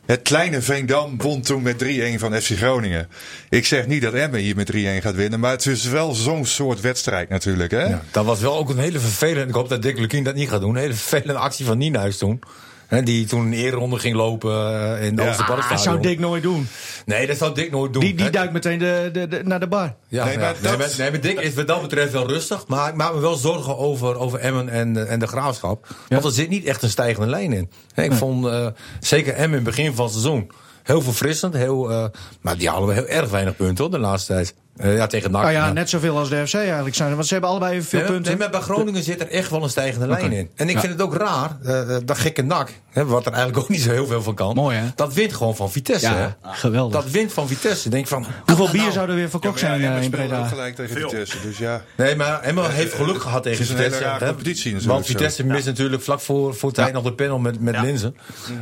Speaker 5: Het kleine Veendam won toen met 3-1 van FC Groningen. Ik zeg niet dat Emmen hier met 3-1 gaat winnen, maar het is wel zo'n soort wedstrijd natuurlijk. Hè?
Speaker 4: Ja, dat was wel ook een hele vervelende. Ik hoop dat Dick Lukien dat niet gaat doen. Een hele vervelende actie van Nienhuis toen. Hè, die toen een eerronde ging lopen eh, in de
Speaker 5: Ja.
Speaker 4: Oosterparkstadion.
Speaker 2: Dat zou Dick nooit doen.
Speaker 4: Nee, dat zou Dick nooit doen.
Speaker 2: Die, die
Speaker 4: Hè,
Speaker 2: duikt meteen de, de, de- naar de bar.
Speaker 4: Ja,
Speaker 5: Nee,
Speaker 4: ja.
Speaker 5: maar
Speaker 4: nee,
Speaker 5: dat-
Speaker 4: maar, nee, maar Dick is wat dat betreft wel rustig. Maar ik maak me wel zorgen over, over Emmen en, eh, en de Graafschap. Want er zit niet echt een stijgende lijn in. Hè, ik vond eh, zeker Emmen in het begin van het seizoen heel verfrissend. Heel, eh, maar die halen we heel erg weinig punten hoor, de laatste tijd. Eh, ja, tegen NAC.
Speaker 2: Nou ja,
Speaker 4: maar-
Speaker 2: net zoveel als de FC eigenlijk zijn. Want ze hebben allebei evenveel
Speaker 4: Nee, maar-
Speaker 2: punten.
Speaker 4: Nee, maar bij Groningen zit er echt wel een stijgende lijn in. En ik vind het ook raar, eh, eh, dat gekke nak, hè, wat er eigenlijk ook niet zo heel veel van kan.
Speaker 2: Mooi, hè?
Speaker 4: Dat wint gewoon van Vitesse.
Speaker 2: Ja,
Speaker 4: hè?
Speaker 2: geweldig.
Speaker 4: Dat wint van Vitesse. Denk van, nou,
Speaker 2: Hoeveel bier zou er weer verkocht
Speaker 5: Nou,
Speaker 2: zijn
Speaker 5: Ja, Emmen
Speaker 2: eh, in
Speaker 5: speelde ook
Speaker 2: Breda?
Speaker 5: gelijk tegen Vitesse, dus ja.
Speaker 4: Nee, maar Emma heeft geluk gehad tegen
Speaker 5: eh, is een
Speaker 4: Vitesse.
Speaker 5: hele rare
Speaker 4: hè.
Speaker 5: competitie natuurlijk
Speaker 4: Want Vitesse mist natuurlijk vlak voor, voor tijd nog de panel met, met Linzen.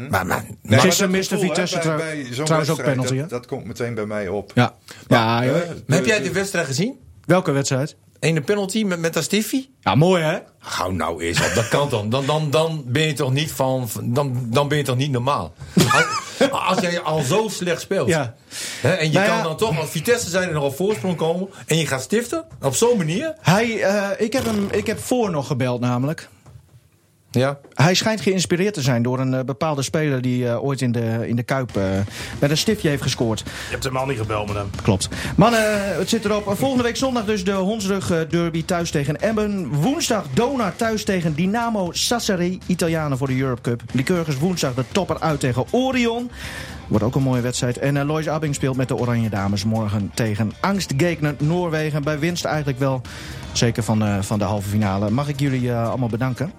Speaker 4: Maar, maar,
Speaker 5: Mhm. Nee,
Speaker 4: maar-
Speaker 2: Gisteren
Speaker 5: maar dat
Speaker 2: miste
Speaker 5: gevoel, hè,
Speaker 2: Vitesse
Speaker 5: bij-
Speaker 2: trouw-
Speaker 5: bij zo'n
Speaker 2: trouwens ook
Speaker 5: wedstrijd,
Speaker 2: penalty,
Speaker 5: Dat,
Speaker 2: hè?
Speaker 5: dat komt meteen bij mij op.
Speaker 2: Ja. Ja, joh.
Speaker 4: maar heb jij de wedstrijd gezien?
Speaker 2: Welke wedstrijd?
Speaker 4: Ene penalty met, met dat stiffie?
Speaker 2: Ja, mooi hè?
Speaker 4: Gauw nou eens op, dat kan dan. Dan, dan, dan ben je toch niet van, dan, dan ben je toch niet normaal. Als, als jij al zo slecht speelt.
Speaker 2: Ja.
Speaker 4: Hè, en je
Speaker 2: Nou
Speaker 4: kan
Speaker 2: ja.
Speaker 4: dan toch, als Vitesse zijn er nog op voorsprong komen. En je gaat stiften, op zo'n manier.
Speaker 2: Hij, eh, ik, heb hem, ik heb voor nog gebeld namelijk.
Speaker 4: Ja.
Speaker 2: Hij schijnt geïnspireerd te zijn door een eh, bepaalde speler die eh, ooit in de, in de Kuip eh, met een stiftje heeft gescoord.
Speaker 3: Je hebt hem al niet gebeld met hem.
Speaker 2: Klopt. Mannen, eh, het zit erop. Volgende week zondag dus de Hondsrug eh, Derby thuis tegen Emmen. Woensdag Dona thuis tegen Dynamo Sassari, Italianen voor de Europe Cup. Lycurgus woensdag de topper uit tegen Orion. Wordt ook een mooie wedstrijd. En eh, Lois Abbing speelt met de Oranje Dames morgen tegen angstgekend Noorwegen. Bij winst eigenlijk wel, zeker van, eh, van de halve finale. Mag ik jullie eh, allemaal bedanken?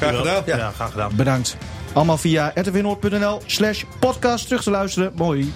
Speaker 5: Graag gedaan.
Speaker 3: Ja, graag gedaan.
Speaker 2: Bedankt. Allemaal via rtvnoord.nl slash podcast terug te luisteren. Mooi.